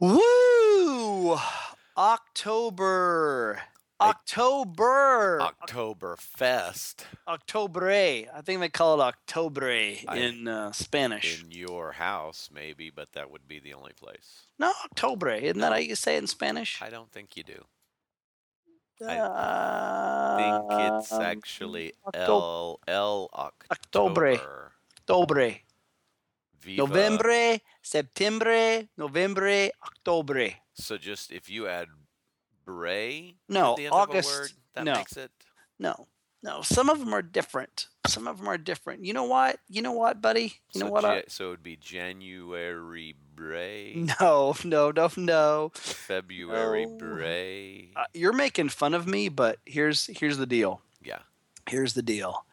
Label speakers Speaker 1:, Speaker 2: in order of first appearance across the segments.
Speaker 1: Woo! October. October.
Speaker 2: Oktoberfest
Speaker 1: Octobre. I think they call it Octobre
Speaker 2: I-
Speaker 1: in uh, Spanish.
Speaker 2: in your house, maybe, but that would be the only place.
Speaker 1: no, Octobre. Isn't that how you say it in Spanish?
Speaker 2: I don't think you do.
Speaker 1: I
Speaker 2: think it's
Speaker 1: Um,
Speaker 2: actually L L
Speaker 1: Octobre.
Speaker 2: October.
Speaker 1: Octobre.
Speaker 2: Viva.
Speaker 1: Novembre, Septembre, Novembre, Octobre.
Speaker 2: So just if you add bray
Speaker 1: No,
Speaker 2: at the end
Speaker 1: August-
Speaker 2: of a word, that
Speaker 1: no.
Speaker 2: makes it
Speaker 1: No, no. Some of them are different. Some of them are different. You know what? You know what, buddy? You
Speaker 2: so
Speaker 1: know what? I-
Speaker 2: Ja- so it would be January bray,
Speaker 1: no, no, no, no.
Speaker 2: February
Speaker 1: no.
Speaker 2: bray.
Speaker 1: Uh, you're making fun of me, but here's here's the deal.
Speaker 2: yeah.
Speaker 1: Here's the deal.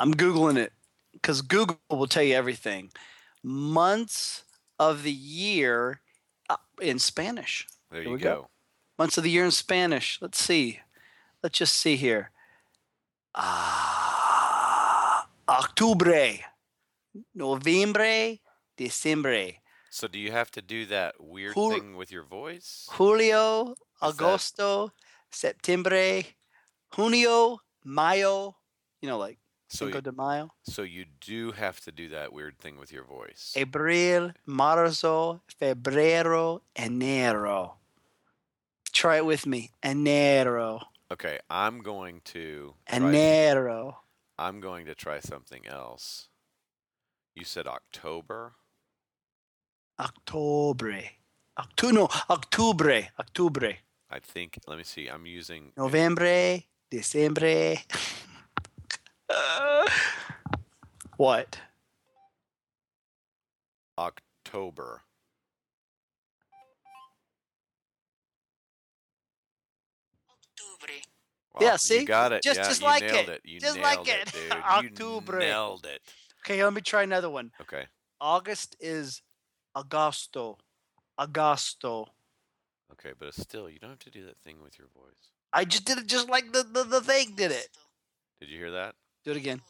Speaker 1: I'm googling it because Google will tell you everything. Months of the year uh, in Spanish.
Speaker 2: There
Speaker 1: here
Speaker 2: you
Speaker 1: we go.
Speaker 2: go.
Speaker 1: months of the year in Spanish. Let's see. Let's just see here. Ah, Octubre, Noviembre, Diciembre,
Speaker 2: So do you have to do that weird
Speaker 1: Who-
Speaker 2: thing with your voice?
Speaker 1: Julio,
Speaker 2: Is that-
Speaker 1: Agosto, Septiembre, Junio, Mayo. You know, like
Speaker 2: So
Speaker 1: Cinco
Speaker 2: you,
Speaker 1: de Mayo.
Speaker 2: so you do have to do that weird thing with your voice.
Speaker 1: Abril, Marzo, Febrero, Enero. Try it with me. Enero,
Speaker 2: Okay, I'm going to try,
Speaker 1: Enero.
Speaker 2: I'm going to try something else. You said October.
Speaker 1: Octobre. Octu- no, Octubre. Octubre.
Speaker 2: I think let me see. I'm using
Speaker 1: Novembre. December. what?
Speaker 2: October. Wow,
Speaker 1: Yeah,
Speaker 2: you
Speaker 1: see?
Speaker 2: got it.
Speaker 1: Just-
Speaker 2: Yeah,
Speaker 1: just
Speaker 2: you
Speaker 1: like
Speaker 2: nailed
Speaker 1: it.
Speaker 2: You
Speaker 1: Just like
Speaker 2: nailed it,
Speaker 1: it.
Speaker 2: dude.
Speaker 1: October.
Speaker 2: You nailed it.
Speaker 1: Okay, let me try another one.
Speaker 2: Okay.
Speaker 1: August is agosto. Agosto.
Speaker 2: Okay, but it's still, you don't have to do that thing with your voice.
Speaker 1: I just did it just like the, the, the thing did it.
Speaker 2: Did you hear that?
Speaker 1: Do it again.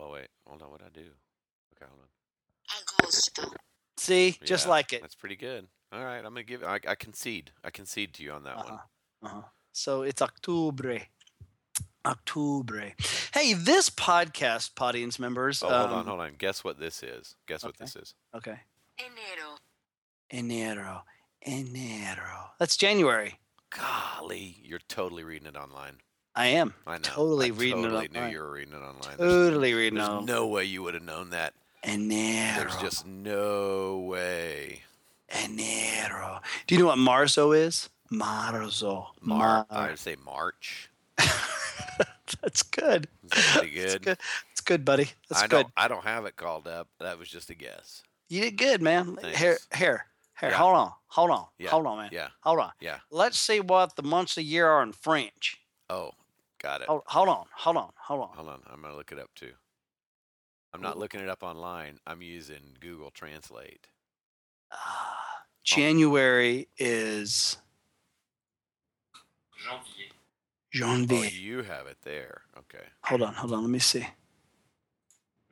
Speaker 2: Oh wait, hold on. What I do? Okay, hold on.
Speaker 1: See? Just
Speaker 2: Yeah,
Speaker 1: like it.
Speaker 2: That's pretty good. All right, I'm gonna give. I, I concede. I concede to you on that one.
Speaker 1: Uh-huh. So it's Octubre. Octubre. Hey, this podcast, audience members.
Speaker 2: Oh, hold on,
Speaker 1: um,
Speaker 2: hold on. Guess what this is? Guess what
Speaker 1: okay.
Speaker 2: this is?
Speaker 1: Okay. Enero. Enero. That's January.
Speaker 2: Golly, you're totally reading it online.
Speaker 1: I am.
Speaker 2: I know.
Speaker 1: Totally
Speaker 2: I
Speaker 1: reading it
Speaker 2: totally
Speaker 1: online.
Speaker 2: knew you were reading it online. There's-
Speaker 1: Totally reading
Speaker 2: There's
Speaker 1: on.
Speaker 2: no way you would have known that.
Speaker 1: Enero.
Speaker 2: There's just no way.
Speaker 1: Enero. Do you know what Marzo is? Marzo.
Speaker 2: Mar- I
Speaker 1: Mar-
Speaker 2: would say March.
Speaker 1: That's good.
Speaker 2: That's pretty
Speaker 1: That's
Speaker 2: good.
Speaker 1: good. That's good, buddy. That's
Speaker 2: I
Speaker 1: good.
Speaker 2: don't. I don't have it called up. That was just a guess.
Speaker 1: You did good, man. Here,
Speaker 2: Thanks.
Speaker 1: here, here.
Speaker 2: Yeah.
Speaker 1: Hold on. Hold on.
Speaker 2: Yeah.
Speaker 1: Hold on, man.
Speaker 2: Yeah.
Speaker 1: Hold on.
Speaker 2: Yeah.
Speaker 1: Let's see what the months of year are in French.
Speaker 2: Oh, got it.
Speaker 1: Hold, hold on. Hold on. Hold on.
Speaker 2: Hold on, I'm gonna look it up too. I'm not
Speaker 1: Cool.
Speaker 2: looking it up online. I'm using Google Translate.
Speaker 1: Uh, January is
Speaker 2: Oh,
Speaker 1: janvier.
Speaker 2: you have it there. Okay.
Speaker 1: Hold on. Hold on. Let me see.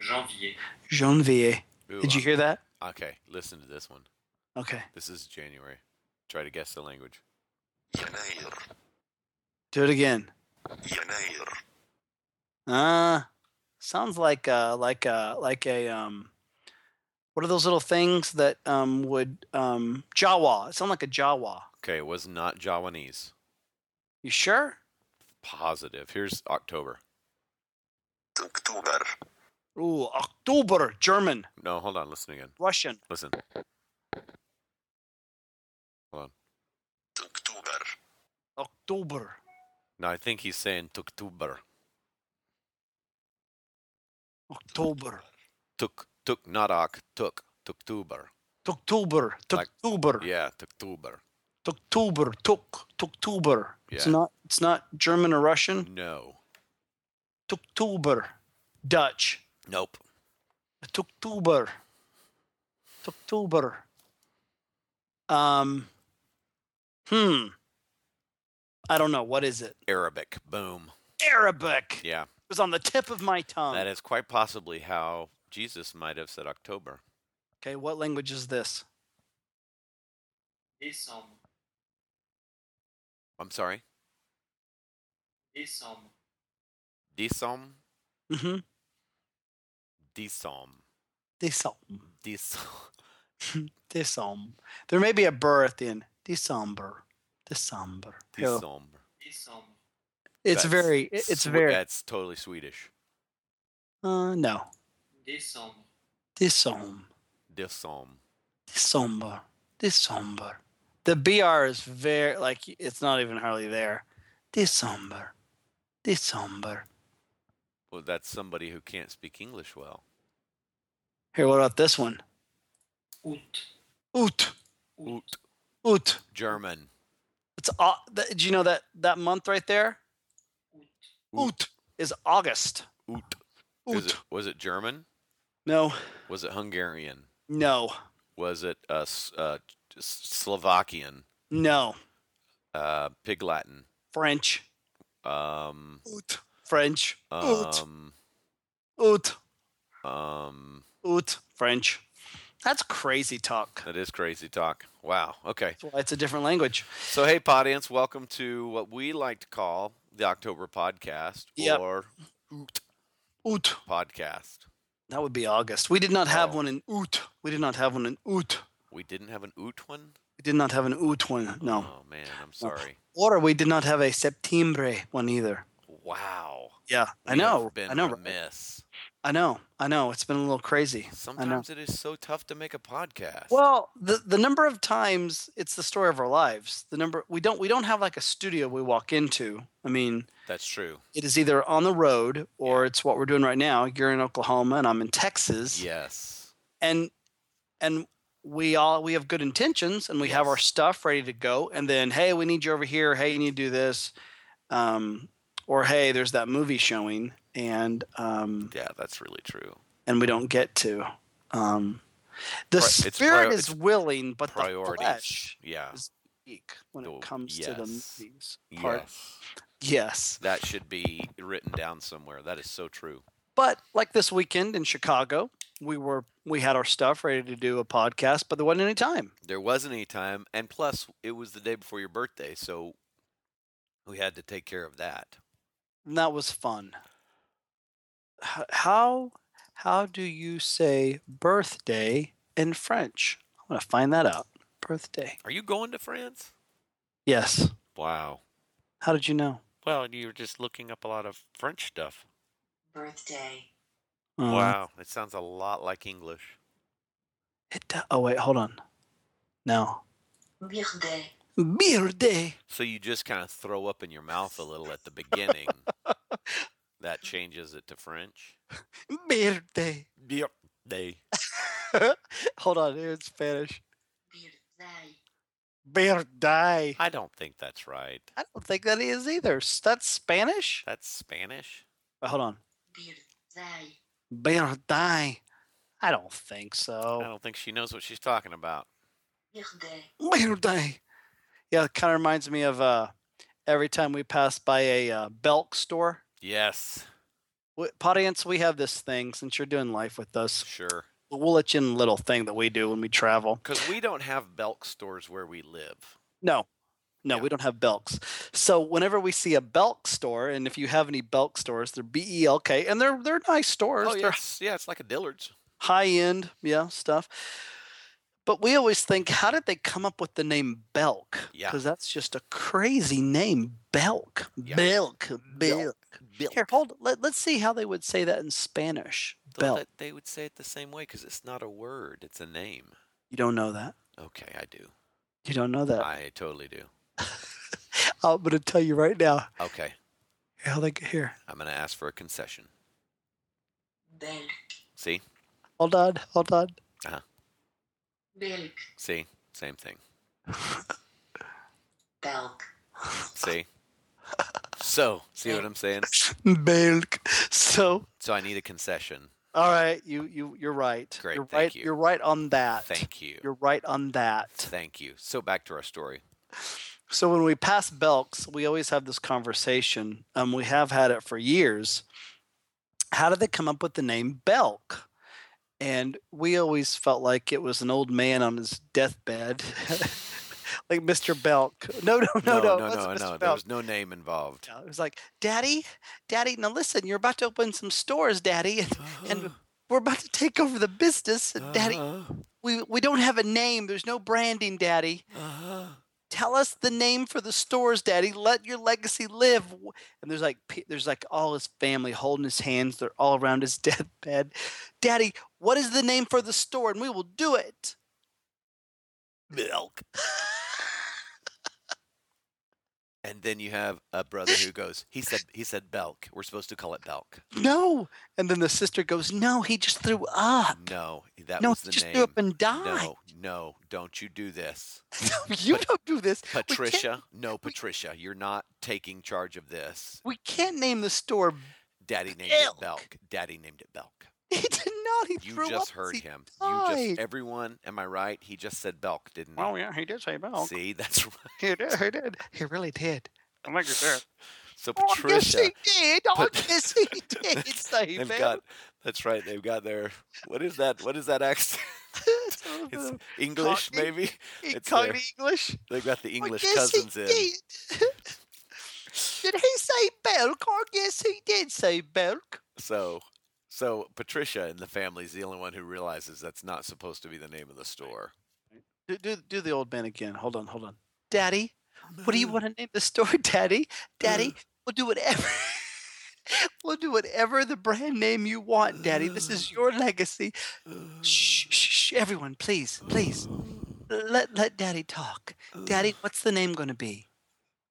Speaker 3: Janvier.
Speaker 1: Janvier.
Speaker 2: Ooh,
Speaker 1: Did you
Speaker 2: uh,
Speaker 1: hear that?
Speaker 2: Okay, listen to this one.
Speaker 1: Okay.
Speaker 2: This is January. Try to guess the language.
Speaker 3: Yanair.
Speaker 1: Do it again.
Speaker 3: Yanair.
Speaker 1: Uh sounds like uh like uh like a um what are those little things that um would um Jawa. It sounds like a Jawa.
Speaker 2: Okay, it was not Jawanese.
Speaker 1: You sure?
Speaker 2: Positive. Here's October.
Speaker 3: October.
Speaker 1: Ooh, October, German,
Speaker 2: No, hold on. Listen again.
Speaker 1: Russian.
Speaker 2: Listen.
Speaker 3: October.
Speaker 1: October.
Speaker 2: No, I think he's saying Tuktuber.
Speaker 1: October.
Speaker 2: Tuk tuk not ok tuk Tuktuber.
Speaker 1: October.
Speaker 2: Like-
Speaker 1: October.
Speaker 2: Yeah, Tuktuber.
Speaker 1: October. Tuk. October. It's
Speaker 2: Yeah. Mm.
Speaker 1: not it's not German or Russian.
Speaker 2: No.
Speaker 1: October. Dutch.
Speaker 2: Nope.
Speaker 1: October. October. Um. Hmm. I don't know. What is it?
Speaker 2: Arabic. Boom.
Speaker 1: Arabic. It
Speaker 2: Yeah.
Speaker 1: was on the tip of my tongue.
Speaker 2: That is quite possibly how Jesus might have said October.
Speaker 1: Okay, what language is this?
Speaker 4: Décembre.
Speaker 2: I'm sorry.
Speaker 4: Décembre.
Speaker 2: Disom.
Speaker 1: Mm-hmm.
Speaker 2: Disom.
Speaker 1: December.
Speaker 2: Mm-hmm. Disom.
Speaker 1: December. There may be a burr at the end. December. December. Yeah.
Speaker 2: Disom.
Speaker 4: Décembre.
Speaker 1: It's
Speaker 2: That's
Speaker 1: very. it- It's
Speaker 2: Swe-
Speaker 1: very.
Speaker 2: That's totally Swedish.
Speaker 1: Uh, no.
Speaker 4: Décembre.
Speaker 1: December.
Speaker 2: Disom.
Speaker 1: December. December. The BR is very like it's not even hardly there. December. December.
Speaker 2: Well, that's somebody who can't speak English well.
Speaker 1: Here, what about this one?
Speaker 4: Août.
Speaker 1: Oot.
Speaker 2: Ut.
Speaker 1: Oot.
Speaker 2: German.
Speaker 1: It's uh, that, do you know that that month right there?
Speaker 4: Août.
Speaker 2: Oot.
Speaker 1: Oot is August.
Speaker 2: Ut. Is
Speaker 1: Oot.
Speaker 2: it, was it German?
Speaker 1: No.
Speaker 2: Was it Hungarian?
Speaker 1: No.
Speaker 2: Was it uh, S- uh, S- Slovakian?
Speaker 1: No.
Speaker 2: Uh, Pig Latin?
Speaker 1: French.
Speaker 2: Um,
Speaker 1: Oot. French. Oot.
Speaker 2: um,
Speaker 1: Oot.
Speaker 2: um,
Speaker 1: Oot. French. That's crazy talk.
Speaker 2: that is crazy talk. Wow. Okay.
Speaker 1: That's why it's a different language.
Speaker 2: So, hey, audience, welcome to what we like to call the October podcast
Speaker 1: Yep.
Speaker 2: or Oot
Speaker 1: Oot.
Speaker 2: podcast.
Speaker 1: That would be August. We did not have
Speaker 2: Oh.
Speaker 1: one in Oot. We did not have one in Oot.
Speaker 2: We didn't have an Oot one?
Speaker 1: We did not have an Oot one. No.
Speaker 2: Oh, man. I'm sorry.
Speaker 1: Or we did not have a Septembre one either.
Speaker 2: Wow.
Speaker 1: Yeah, I
Speaker 2: We have
Speaker 1: know.
Speaker 2: Been
Speaker 1: I know. right?
Speaker 2: Remiss.
Speaker 1: I know. I know. It's been a little crazy.
Speaker 2: Sometimes it is so tough to make a podcast.
Speaker 1: Well, the the number of times it's the story of our lives. The number we don't we don't have like a studio we walk into. I mean,
Speaker 2: That's true.
Speaker 1: it is either on the road or it's what we're doing right now. You're in Oklahoma and I'm in Texas.
Speaker 2: Yes.
Speaker 1: And and we all we have good intentions and we have our
Speaker 2: Yes.
Speaker 1: stuff ready to go. And then hey, we need you over here. Hey, you need to do this. Um, or hey, there's that movie showing and um,
Speaker 2: Yeah, that's really true.
Speaker 1: and we don't get to. Um, the
Speaker 2: Pri- it's
Speaker 1: spirit
Speaker 2: prior-
Speaker 1: is willing, but the
Speaker 2: Priorities.
Speaker 1: flesh
Speaker 2: yeah.
Speaker 1: is weak when
Speaker 2: The-
Speaker 1: it comes to the
Speaker 2: yes.
Speaker 1: movies part.
Speaker 2: Yes.
Speaker 1: Yes.
Speaker 2: That should be written down somewhere. That is so true.
Speaker 1: But like this weekend in Chicago, we were we had our stuff ready to do a podcast, but there wasn't any time.
Speaker 2: There wasn't any time, and plus, it was the day before your birthday, so we had to take care of that.
Speaker 1: And that was fun. H- How how do you say birthday in French? I'm gonna find that out. Birthday.
Speaker 2: Are you going to France?
Speaker 1: Yes.
Speaker 2: Wow.
Speaker 1: How did you know?
Speaker 2: Well, you were just looking up a lot of French stuff.
Speaker 5: birthday,
Speaker 1: Uh,
Speaker 2: Wow. It sounds a lot like English.
Speaker 1: It, do- oh wait, hold on. No.
Speaker 5: birthday,
Speaker 1: Birthday.
Speaker 2: So you just kind of throw up in your mouth a little at the beginning. that changes it to French.
Speaker 1: Birthday.
Speaker 2: Yep. They.
Speaker 1: Hold on, here it's Spanish.
Speaker 5: birthday,
Speaker 1: Birthday.
Speaker 2: I don't think that's right.
Speaker 1: I don't think that is either. S- That's Spanish?
Speaker 2: That's Spanish.
Speaker 1: Wait, hold on.
Speaker 5: birthday,
Speaker 1: Birthday. I don't think
Speaker 2: I
Speaker 1: so.
Speaker 2: don't think she knows what she's talking about.
Speaker 5: birthday,
Speaker 1: Birthday. Yeah, it kind of reminds me of uh, every time we pass by a uh, Belk store.
Speaker 2: Yes.
Speaker 1: W- Audience, we have this thing since you're doing life with us.
Speaker 2: Sure.
Speaker 1: We'll let you in a little thing that we do when we travel.
Speaker 2: Because we don't have Belk stores where we live.
Speaker 1: No. No,
Speaker 2: Yeah.
Speaker 1: we don't have Belks. So whenever we see a Belk store, and if you have any Belk stores, they're B E L K, and they're they're nice stores.
Speaker 2: Oh, yeah.
Speaker 1: They're
Speaker 2: It's, yeah, it's like a Dillard's.
Speaker 1: high end, yeah, stuff. But we always think, how did they come up with the name Belk?
Speaker 2: Yeah.
Speaker 1: Because that's just a crazy name, Belk,
Speaker 2: Yeah.
Speaker 1: Belk, Belk.
Speaker 2: Belk.
Speaker 1: Here, hold. Let, let's see how they would say that in Spanish. Belk.
Speaker 2: That they would say it the same way because it's not a word, it's a name.
Speaker 1: You don't know that.
Speaker 2: Okay, I do.
Speaker 1: You don't know that.
Speaker 2: I totally do.
Speaker 1: I'm going to tell you right now
Speaker 2: Okay,
Speaker 1: how they get here.
Speaker 2: I'm going to ask for a concession.
Speaker 5: belk,
Speaker 2: See?
Speaker 1: Hold on. Hold on.
Speaker 5: belk,
Speaker 2: See? Same thing.
Speaker 5: belk,
Speaker 2: See? So, see what I'm saying?
Speaker 1: Belk. So.
Speaker 2: So I need a concession.
Speaker 1: All right, you you you're right.
Speaker 2: Great,
Speaker 1: you're
Speaker 2: thank
Speaker 1: right.
Speaker 2: you.
Speaker 1: are right on that.
Speaker 2: Thank you.
Speaker 1: You're right on that.
Speaker 2: Thank you. So back to our story.
Speaker 1: So when we pass Belks, we always have this conversation. Um, we have had it for years. How did they come up with the name Belk? And we always felt like it was an old man on his deathbed, like Mr. Belk. No, no, no, no,
Speaker 2: no, no, no.
Speaker 1: that's
Speaker 2: no.
Speaker 1: Mr.
Speaker 2: There
Speaker 1: Belk.
Speaker 2: was no name involved.
Speaker 1: Yeah, It was like, Daddy, Daddy, now listen, you're about to open some stores, Daddy, and And- we're about to take over the business. and
Speaker 2: Ah.
Speaker 1: Daddy, we, we don't have a name. There's no branding, Daddy. Tell us the name for the stores, Daddy. Let your legacy live. W- And there's like pe- there's like all his family holding his hands. They're all around his deathbed. Daddy, what is the name for the store? And we will do it.
Speaker 2: milk. and then you have a brother who goes, he said he said Belk. We're supposed to call it Belk.
Speaker 1: No. And then the sister goes, No, he just threw up.
Speaker 2: No, that
Speaker 1: Uh, no,
Speaker 2: was
Speaker 1: he
Speaker 2: the
Speaker 1: just
Speaker 2: name.
Speaker 1: threw up and died.
Speaker 2: no, no, don't you do this.
Speaker 1: No, you
Speaker 2: Pat-
Speaker 1: don't do this. We can't-
Speaker 2: Patricia, no Patricia, you're not taking charge of this.
Speaker 1: We can't name the store.
Speaker 2: Daddy named
Speaker 1: Belk.
Speaker 2: it Belk. Daddy named it Belk.
Speaker 1: He did not. He
Speaker 2: You
Speaker 1: threw
Speaker 2: just
Speaker 1: up.
Speaker 2: heard
Speaker 1: He-
Speaker 2: him. You
Speaker 1: died.
Speaker 2: just everyone, am I right? He just said Belk, didn't he?
Speaker 1: yeah, he did say milk.
Speaker 2: See, that's right.
Speaker 1: He did. He did. He really did. I think he did.
Speaker 2: So
Speaker 1: Oh, yes,
Speaker 2: Patricia
Speaker 1: he did. Oh,
Speaker 2: Pat-
Speaker 1: yes, he did say
Speaker 2: They've
Speaker 1: milk.
Speaker 2: got that's right. They've got their what is that? What is that accent? It's English,
Speaker 1: Cockney?
Speaker 2: maybe. it's
Speaker 1: Cockney
Speaker 2: their
Speaker 1: English.
Speaker 2: They've got the English
Speaker 1: oh, yes,
Speaker 2: cousins
Speaker 1: he
Speaker 2: in.
Speaker 1: did. did he say milk? Oh, yes, he did say milk.
Speaker 2: So, so Patricia in the family is the only one who realizes that's not supposed to be the name of the store.
Speaker 1: Do, do, do the old man again. Hold on, hold on. Daddy, What do you want to name the store, Daddy? Daddy, we'll do whatever. we'll do whatever the brand name you want, Daddy. This is your legacy.
Speaker 2: Uh,
Speaker 1: Shh, shh, shh, everyone, please, please, let let Daddy talk. Daddy, what's the name going to be?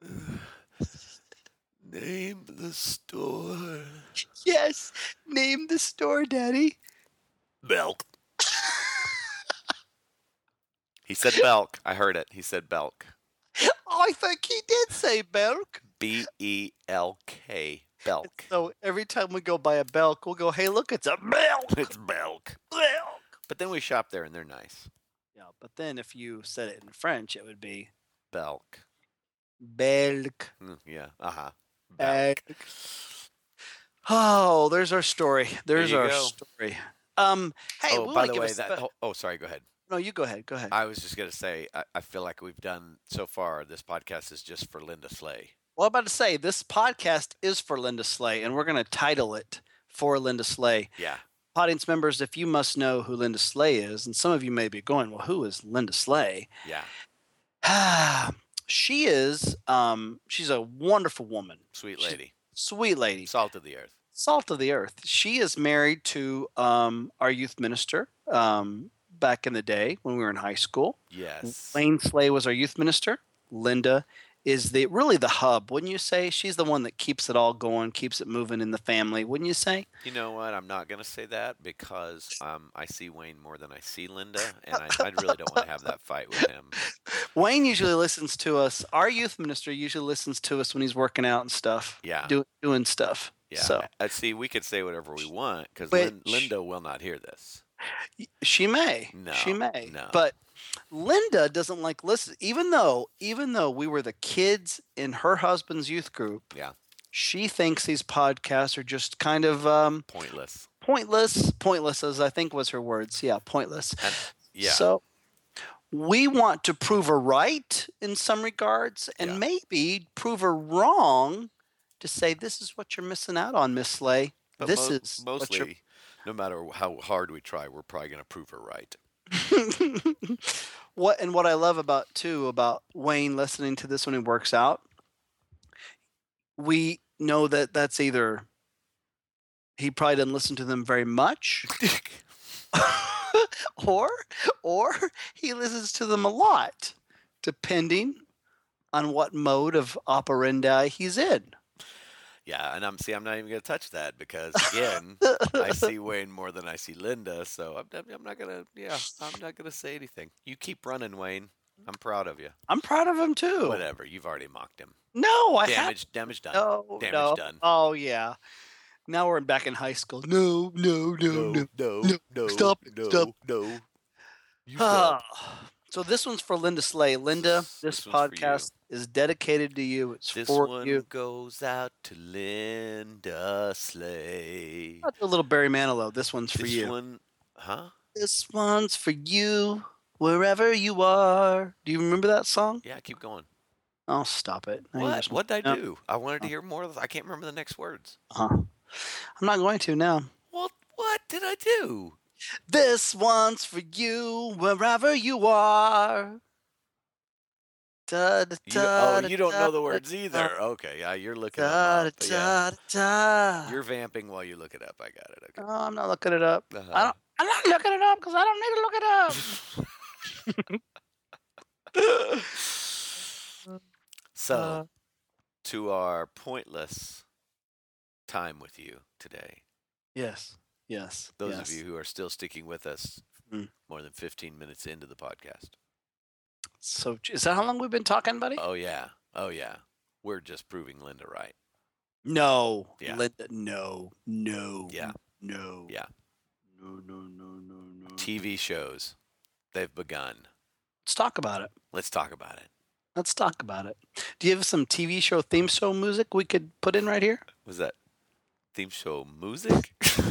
Speaker 2: uh, Name the store.
Speaker 1: Yes, name the store, Daddy.
Speaker 2: Belk. he said Belk. I heard it. He said Belk.
Speaker 1: I think he did say Belk.
Speaker 2: B E L K. Belk.
Speaker 1: So every time we go by a Belk, we'll go, "Hey, look, it's a Belk,
Speaker 2: It's Belk.
Speaker 1: Belk."
Speaker 2: But then we shop there and they're nice.
Speaker 1: Yeah, but then if you said it in French, it would be
Speaker 2: Belk.
Speaker 1: Belk.
Speaker 2: Mm, yeah. Uh huh.
Speaker 1: Belk. Oh, there's our story. There's
Speaker 2: you
Speaker 1: our
Speaker 2: go.
Speaker 1: story. Um, hey, we
Speaker 2: oh, by
Speaker 1: wanna
Speaker 2: the
Speaker 1: give
Speaker 2: way,
Speaker 1: us
Speaker 2: that.
Speaker 1: the-
Speaker 2: whole- oh, sorry. Go ahead.
Speaker 1: no, you go ahead. Go ahead.
Speaker 2: I was just gonna say, I, I feel like we've done so far. This podcast is just for Linda Slay.
Speaker 1: well, I'm about to say this podcast is for Linda Slay, and we're going to title it for Linda Slay.
Speaker 2: Yeah,
Speaker 1: Audience members, if you must know who Linda Slay is, and some of you may be going, "Well, who is Linda Slay?"
Speaker 2: yeah,
Speaker 1: Ah, she is. Um, she's a wonderful woman,
Speaker 2: sweet
Speaker 1: She's-
Speaker 2: lady,
Speaker 1: sweet lady,
Speaker 2: salt of the earth.
Speaker 1: salt of the earth. She is married to um, our youth minister um, back in the day when we were in high school.
Speaker 2: Yes,
Speaker 1: Lane Slay was our youth minister. Linda is the really the hub, wouldn't you say? She's the one that keeps it all going, keeps it moving in the family, wouldn't you say?
Speaker 2: you know what? I'm not gonna say that because um, I see Wayne more than I see Linda, and I, I really don't want to have that fight with him.
Speaker 1: Wayne usually listens to us. Our youth minister usually listens to us when he's working out and stuff,
Speaker 2: Yeah,
Speaker 1: do, doing stuff.
Speaker 2: yeah.
Speaker 1: So
Speaker 2: I see. We could say whatever we want because
Speaker 1: But
Speaker 2: Lin-
Speaker 1: sh-
Speaker 2: Linda will not hear this.
Speaker 1: she may,
Speaker 2: No,
Speaker 1: she may,
Speaker 2: no.
Speaker 1: but Linda doesn't like listen. Even though, even though we were the kids in her husband's youth group,
Speaker 2: Yeah.
Speaker 1: she thinks these podcasts are just kind of um,
Speaker 2: Pointless.
Speaker 1: pointless pointless as i think was her words yeah pointless
Speaker 2: And, yeah.
Speaker 1: so we want to prove her right in some regards and
Speaker 2: Yeah.
Speaker 1: maybe prove her wrong to say this is what you're missing out on miss slay
Speaker 2: But
Speaker 1: this
Speaker 2: mo-
Speaker 1: is what
Speaker 2: mostly,
Speaker 1: you're-
Speaker 2: no matter how hard we try, we're probably going to prove her right.
Speaker 1: what and what i love about too about wayne listening to this when he works out we know that that's either he probably didn't listen to them very much or or he listens to them a lot, depending on what mode of operandi he's in.
Speaker 2: yeah, and I'm see, I'm not even going to touch that because again, I see Wayne more than I see Linda, so I'm, I'm- I'm not gonna. Yeah, I'm not gonna say anything. You keep running, Wayne. I'm proud of you.
Speaker 1: I'm proud of him too.
Speaker 2: Whatever. You've already mocked him.
Speaker 1: No, I have
Speaker 2: damage. Damage done.
Speaker 1: Oh. no,
Speaker 2: damage
Speaker 1: no.
Speaker 2: done.
Speaker 1: Oh yeah. Now we're back in high school. No, no, no, no.
Speaker 2: no,
Speaker 1: no,
Speaker 2: no,
Speaker 1: stop it,
Speaker 2: no,
Speaker 1: stop.
Speaker 2: no. You
Speaker 1: Ah, So this one's for Linda Slay. Linda, this,
Speaker 2: This one's for you.
Speaker 1: podcast is dedicated to you. It's
Speaker 2: This
Speaker 1: for
Speaker 2: one
Speaker 1: you.
Speaker 2: goes out to Linda Slay.
Speaker 1: Not a little Barry Manilow. This one's for
Speaker 2: this
Speaker 1: you.
Speaker 2: one, huh?
Speaker 1: This one's for you, wherever you are. Do you remember that song?
Speaker 2: Yeah, keep going.
Speaker 1: Oh, stop it. I
Speaker 2: What?
Speaker 1: just-
Speaker 2: What did
Speaker 1: no.
Speaker 2: I do? I wanted to hear more. Of, I can't remember the next words.
Speaker 1: Uh-huh. I'm not going to now.
Speaker 2: What? What did I do?
Speaker 1: This one's for you, wherever you are. Da, da,
Speaker 2: You,
Speaker 1: da,
Speaker 2: oh,
Speaker 1: da,
Speaker 2: you don't
Speaker 1: da,
Speaker 2: know the
Speaker 1: da,
Speaker 2: words either. Okay, yeah, you're looking. them
Speaker 1: Da, da,
Speaker 2: up, yeah.
Speaker 1: da, da.
Speaker 2: You're vamping while you look it up. I got it. Okay.
Speaker 1: No, I'm not looking it up.
Speaker 2: Uh-huh.
Speaker 1: I'm not looking it up because I don't need to look it up.
Speaker 2: so,
Speaker 1: Uh,
Speaker 2: to our pointless time with you today,
Speaker 1: yes. Yes.
Speaker 2: those
Speaker 1: yes.
Speaker 2: of you who are still sticking with us
Speaker 1: Mm.
Speaker 2: more than 15 minutes into the podcast.
Speaker 1: So is that how long we've been talking, buddy?
Speaker 2: Oh, yeah. Oh, yeah. We're just proving Linda right.
Speaker 1: no.
Speaker 2: Yeah.
Speaker 1: Linda, no. No.
Speaker 2: Yeah.
Speaker 1: No.
Speaker 2: Yeah.
Speaker 1: No, no, no, no, no.
Speaker 2: TV shows, they've begun.
Speaker 1: Let's talk about it.
Speaker 2: Let's talk about it.
Speaker 1: Let's talk about it. Do you have some TV show theme song music we could put in right here?
Speaker 2: Was that theme show music? Did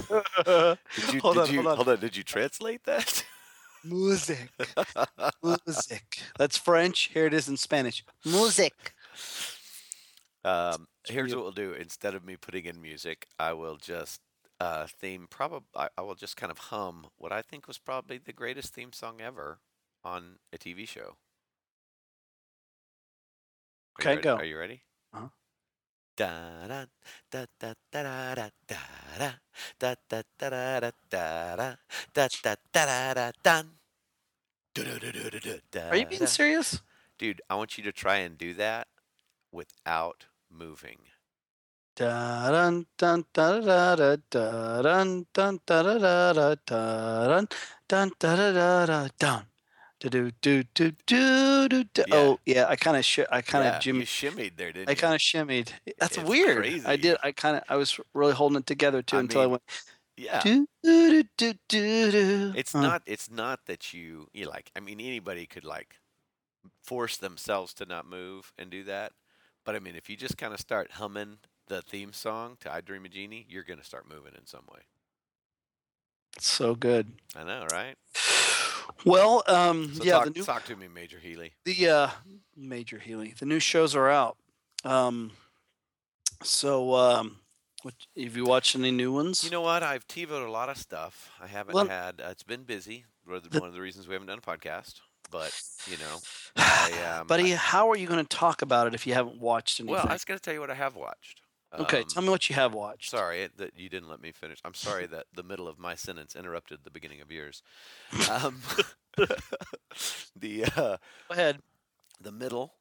Speaker 2: you,
Speaker 1: Hold
Speaker 2: did
Speaker 1: on,
Speaker 2: you,
Speaker 1: hold on.
Speaker 2: Did you translate that?
Speaker 1: music. music. That's French. Here it is in Spanish. Music.
Speaker 2: Um, here's
Speaker 1: you.
Speaker 2: what we'll do. Instead of me putting in music, I will just uh, theme. Probably, I, I will just kind of hum what I think was probably the greatest theme song ever on a TV show. Are
Speaker 1: Okay,
Speaker 2: you ready-
Speaker 1: go.
Speaker 2: Are you ready?
Speaker 1: Uh-huh.
Speaker 2: Da da da da da da da da da da da da da da da da da da da da da.
Speaker 1: Are you being serious?
Speaker 2: Dude, I want you to try and do that without moving.
Speaker 1: Dun dun dun da da da dun dun da da da da dun dun da da da da dun. Do do do do do do do.
Speaker 2: Yeah.
Speaker 1: Oh yeah, I kind of sh- I kind
Speaker 2: Yeah,
Speaker 1: of
Speaker 2: You
Speaker 1: jimmy
Speaker 2: shimmied there, didn't
Speaker 1: I
Speaker 2: you?
Speaker 1: kind of shimmied. That's
Speaker 2: It's
Speaker 1: weird. I
Speaker 2: crazy.
Speaker 1: did. I kind of I was really holding it together too
Speaker 2: I
Speaker 1: until I
Speaker 2: mean,
Speaker 1: went
Speaker 2: yeah.
Speaker 1: do do do do do.
Speaker 2: It's
Speaker 1: Uh,
Speaker 2: not. It's not that you. You like. I mean, anybody could like force themselves to not move and do that. But I mean, if you just kind of start humming the theme song to "I Dream a Genie," you're gonna start moving in some way.
Speaker 1: so good.
Speaker 2: I know, right?
Speaker 1: Well, um,
Speaker 2: So
Speaker 1: yeah,
Speaker 2: talk,
Speaker 1: the new
Speaker 2: talk to me, Major Healy.
Speaker 1: the uh, major Healy. The new shows are out. Um, so, um, what, have you watched any new ones?
Speaker 2: You know what? I've TiVoed a lot of stuff. I haven't
Speaker 1: Well-
Speaker 2: had. Uh, it's been busy. One of the-
Speaker 1: The-
Speaker 2: one of the reasons we haven't done a podcast. But you know, I, um,
Speaker 1: buddy,
Speaker 2: I-
Speaker 1: how are you going to talk about it if you haven't watched anything?
Speaker 2: well, I was gonna tell you what I have watched.
Speaker 1: okay,
Speaker 2: Um,
Speaker 1: tell me what you have watched.
Speaker 2: Sorry it- that you didn't let me finish. I'm sorry that the middle of my sentence interrupted the beginning of yours. Um, the uh,
Speaker 1: Go ahead.
Speaker 2: the middle,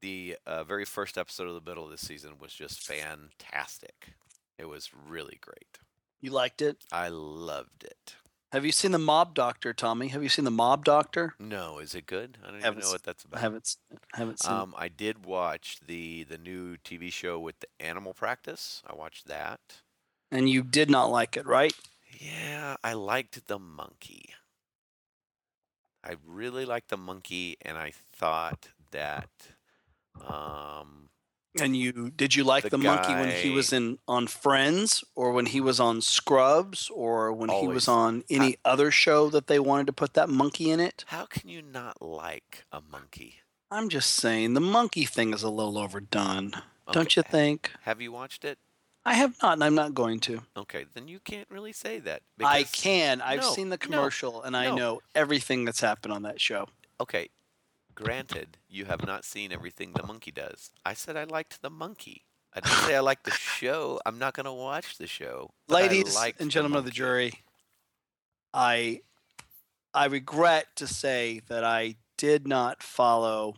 Speaker 2: the uh, very first episode of the middle of this season was just fantastic. It was really great.
Speaker 1: You liked it.
Speaker 2: I loved it.
Speaker 1: Have you seen the Mob Doctor, Tommy? Have you seen the Mob Doctor?
Speaker 2: No, is it good? I don't even
Speaker 1: Haven't
Speaker 2: know
Speaker 1: s-
Speaker 2: what that's
Speaker 1: I
Speaker 2: about.
Speaker 1: haven't. s- I haven't seen. it.
Speaker 2: Um, I did watch the the new TV show with the animal practice. I watched that.
Speaker 1: and you did not like it, right?
Speaker 2: Yeah, I liked the monkey. I really liked the monkey, and I thought that um,
Speaker 1: And you did you like
Speaker 2: The
Speaker 1: the, monkey when he
Speaker 2: guy-
Speaker 1: was in on Friends or when he was on Scrubs or when he
Speaker 2: Always.
Speaker 1: was on any other show that they wanted to put that monkey in it?
Speaker 2: how can you not like a monkey?
Speaker 1: I'm just saying the monkey thing is a little overdone. Don't
Speaker 2: Okay,
Speaker 1: you
Speaker 2: ha-
Speaker 1: think?
Speaker 2: Have you watched it?
Speaker 1: I have not and I'm not going to.
Speaker 2: Okay, then you can't really say that.
Speaker 1: I
Speaker 2: because-
Speaker 1: can. I've
Speaker 2: no,
Speaker 1: seen
Speaker 2: no,
Speaker 1: the commercial and I
Speaker 2: no.
Speaker 1: know everything that's happened on that show.
Speaker 2: Okay, granted, you have not seen everything the monkey does. I said I liked the monkey. I didn't say I liked the show. I'm not going to watch the show. but I
Speaker 1: Ladies
Speaker 2: liked
Speaker 1: and
Speaker 2: the
Speaker 1: gentlemen of the
Speaker 2: monkey.
Speaker 1: jury, I I regret to say that I did not follow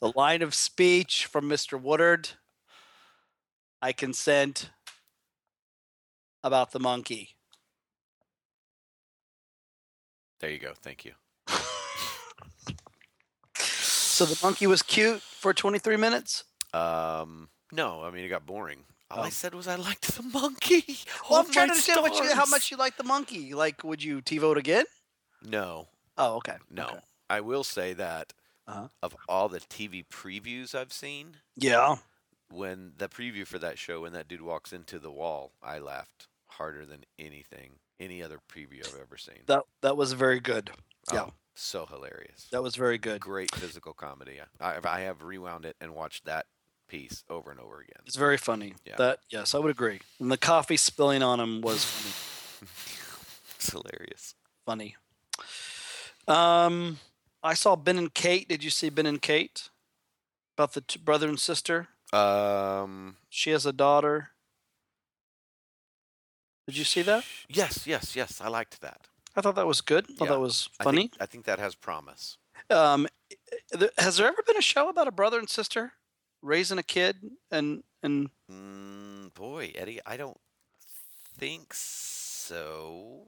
Speaker 1: the line of speech from Mr. Woodard. I consent about the monkey.
Speaker 2: There you go. Thank you.
Speaker 1: So the monkey was cute for 23 minutes.
Speaker 2: Um, no, I mean it got boring. All I
Speaker 1: Oh.
Speaker 2: said was I liked the monkey.
Speaker 1: Well,
Speaker 2: Oh,
Speaker 1: I'm trying to
Speaker 2: my
Speaker 1: understand what you, how
Speaker 2: stars.
Speaker 1: much you like the monkey. Like, would you TiVo it again?
Speaker 2: No,
Speaker 1: Oh, okay.
Speaker 2: No,
Speaker 1: okay.
Speaker 2: I will say that
Speaker 1: Uh-huh.
Speaker 2: of all the TV previews I've seen,
Speaker 1: Yeah.
Speaker 2: when the preview for that show, when that dude walks into the wall, I laughed harder than anything, any other preview I've ever seen.
Speaker 1: That that was very good. yeah.
Speaker 2: Oh, so hilarious.
Speaker 1: That was very good.
Speaker 2: Great physical comedy. I, I have rewound it and watched that piece over and over again.
Speaker 1: It's very funny.
Speaker 2: Yeah.
Speaker 1: That yes, I would agree. And the coffee spilling on him was funny.
Speaker 2: It's hilarious.
Speaker 1: funny. Um, I saw Ben and Kate. Did you see Ben and Kate? About the t- brother and sister.
Speaker 2: Um,
Speaker 1: She has a daughter. Did you see that?
Speaker 2: yes, yes, yes. I liked that.
Speaker 1: I thought that was good. I thought
Speaker 2: Yeah.
Speaker 1: that was
Speaker 2: I
Speaker 1: funny.
Speaker 2: think, I think that has promise.
Speaker 1: Um, i- i- th- has there ever been a show about a brother and sister raising a kid and and
Speaker 2: Mm, boy, Eddie, I don't think so.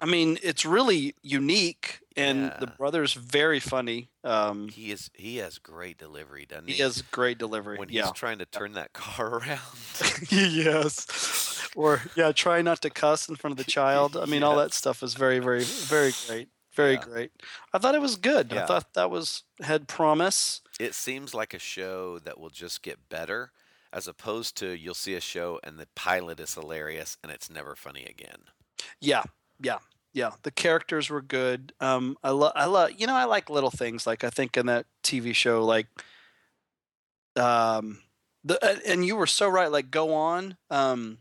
Speaker 1: I mean it's really unique and the
Speaker 2: Yeah.
Speaker 1: brother's very funny. Um,
Speaker 2: he is he has great delivery, doesn't he?
Speaker 1: he has great delivery.
Speaker 2: when he's
Speaker 1: yeah.
Speaker 2: trying to turn that car around.
Speaker 1: yes. Or yeah, try not to cuss in front of the child. I mean, all that stuff is very, very, very great. Very
Speaker 2: Yeah.
Speaker 1: great. I thought it was good. I
Speaker 2: Yeah.
Speaker 1: thought that was had promise.
Speaker 2: it seems like a show that will just get better, as opposed to you'll see a show and the pilot is hilarious and it's never funny again.
Speaker 1: Yeah, yeah, yeah. The characters were good. Um, I love, I love, you know, I like little things. Like I think in that TV show, like, um, the uh, and you were so right. Like, go on, um,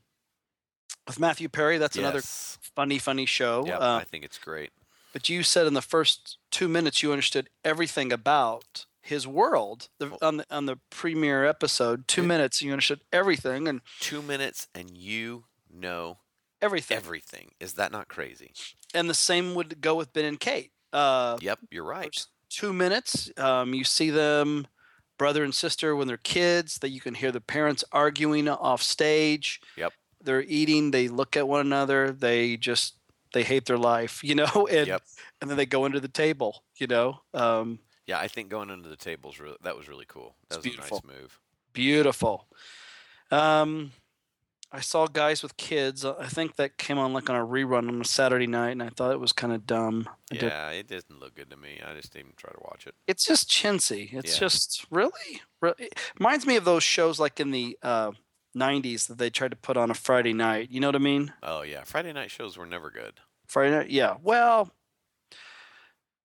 Speaker 1: with Matthew Perry. That's another
Speaker 2: Yes.
Speaker 1: funny, funny show.
Speaker 2: Yep,
Speaker 1: Uh,
Speaker 2: I think it's great.
Speaker 1: but you said in the first two minutes you understood everything about his world the,
Speaker 2: Well-
Speaker 1: on the on the premiere episode. Two
Speaker 2: It-
Speaker 1: minutes, you understood everything and
Speaker 2: Two minutes and you know
Speaker 1: everything.
Speaker 2: everything. Is that not crazy?
Speaker 1: and the same would go with Ben and Kate. Uh,
Speaker 2: Yep, you're right.
Speaker 1: first two minutes. Um, you see them, brother and sister, when they're kids. That you can hear the parents arguing off stage.
Speaker 2: Yep.
Speaker 1: They're eating. They look at one another. They just they hate their life, you know. And
Speaker 2: Yep.
Speaker 1: and then they go under the table, you know. Um,
Speaker 2: Yeah, I think going under the tables really that was really cool.
Speaker 1: It's
Speaker 2: That was
Speaker 1: beautiful.
Speaker 2: a nice move.
Speaker 1: beautiful. Um, I saw guys with kids. I think that came on like on a rerun on a Saturday night, and I thought it was kind of dumb. I did-
Speaker 2: Yeah, it doesn't look good to me. I just didn't even try to watch it.
Speaker 1: it's just chintzy. It's
Speaker 2: Yeah.
Speaker 1: just really, really it reminds me of those shows like in the uh, '90s that they tried to put on a Friday night. You know what I mean?
Speaker 2: Oh yeah, Friday night shows were never good.
Speaker 1: Friday night. Yeah. Well,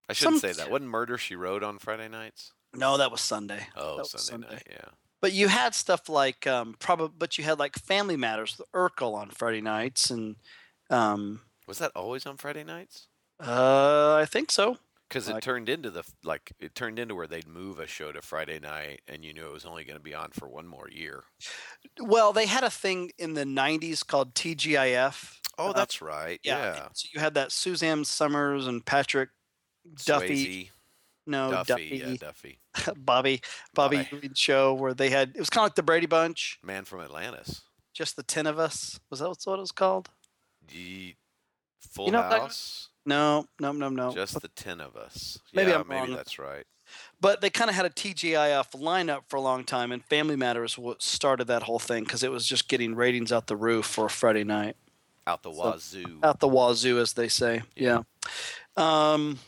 Speaker 2: I shouldn't
Speaker 1: Some-
Speaker 2: say that. Wasn't Murder She Wrote on Friday nights?
Speaker 1: no, that was Sunday.
Speaker 2: Oh,
Speaker 1: That was
Speaker 2: Sunday,
Speaker 1: Sunday.
Speaker 2: night. Yeah.
Speaker 1: But you had stuff like um, probably, but you had like Family Matters with Urkel on Friday nights, and um,
Speaker 2: Was that always on Friday nights?
Speaker 1: uh, I think so.
Speaker 2: Because
Speaker 1: Like-
Speaker 2: it turned into the f- like it turned into where they'd move a show to Friday night, and you knew it was only going to be on for one more year.
Speaker 1: Well, they had a thing in the '90s called TGIF.
Speaker 2: Oh,
Speaker 1: Uh,
Speaker 2: that's right. Yeah,
Speaker 1: and So you had that Suzanne Summers and Patrick Duffy.
Speaker 2: Swayze,
Speaker 1: No,
Speaker 2: Duffy,
Speaker 1: Duffy.
Speaker 2: yeah, Duffy,
Speaker 1: Bobby Bobby
Speaker 2: Bobby.
Speaker 1: Ewing show where they had it was kind of like the Brady Bunch,
Speaker 2: man from Atlantis,
Speaker 1: just the ten of us. Was that what it was called?
Speaker 2: the Full
Speaker 1: know, like-
Speaker 2: House,
Speaker 1: No, no, no, no.
Speaker 2: just the ten of us.
Speaker 1: Oh, Maybe
Speaker 2: yeah,
Speaker 1: I'm
Speaker 2: maybe
Speaker 1: wrong.
Speaker 2: that's right.
Speaker 1: but they kind of had a TGIF lineup for a long time, and Family Matters what started that whole thing because it was just getting ratings out the roof for a Friday night,
Speaker 2: Out the
Speaker 1: So- uh,
Speaker 2: wazoo.
Speaker 1: out the wazoo, as they say. Yeah.
Speaker 2: Yeah.
Speaker 1: Um,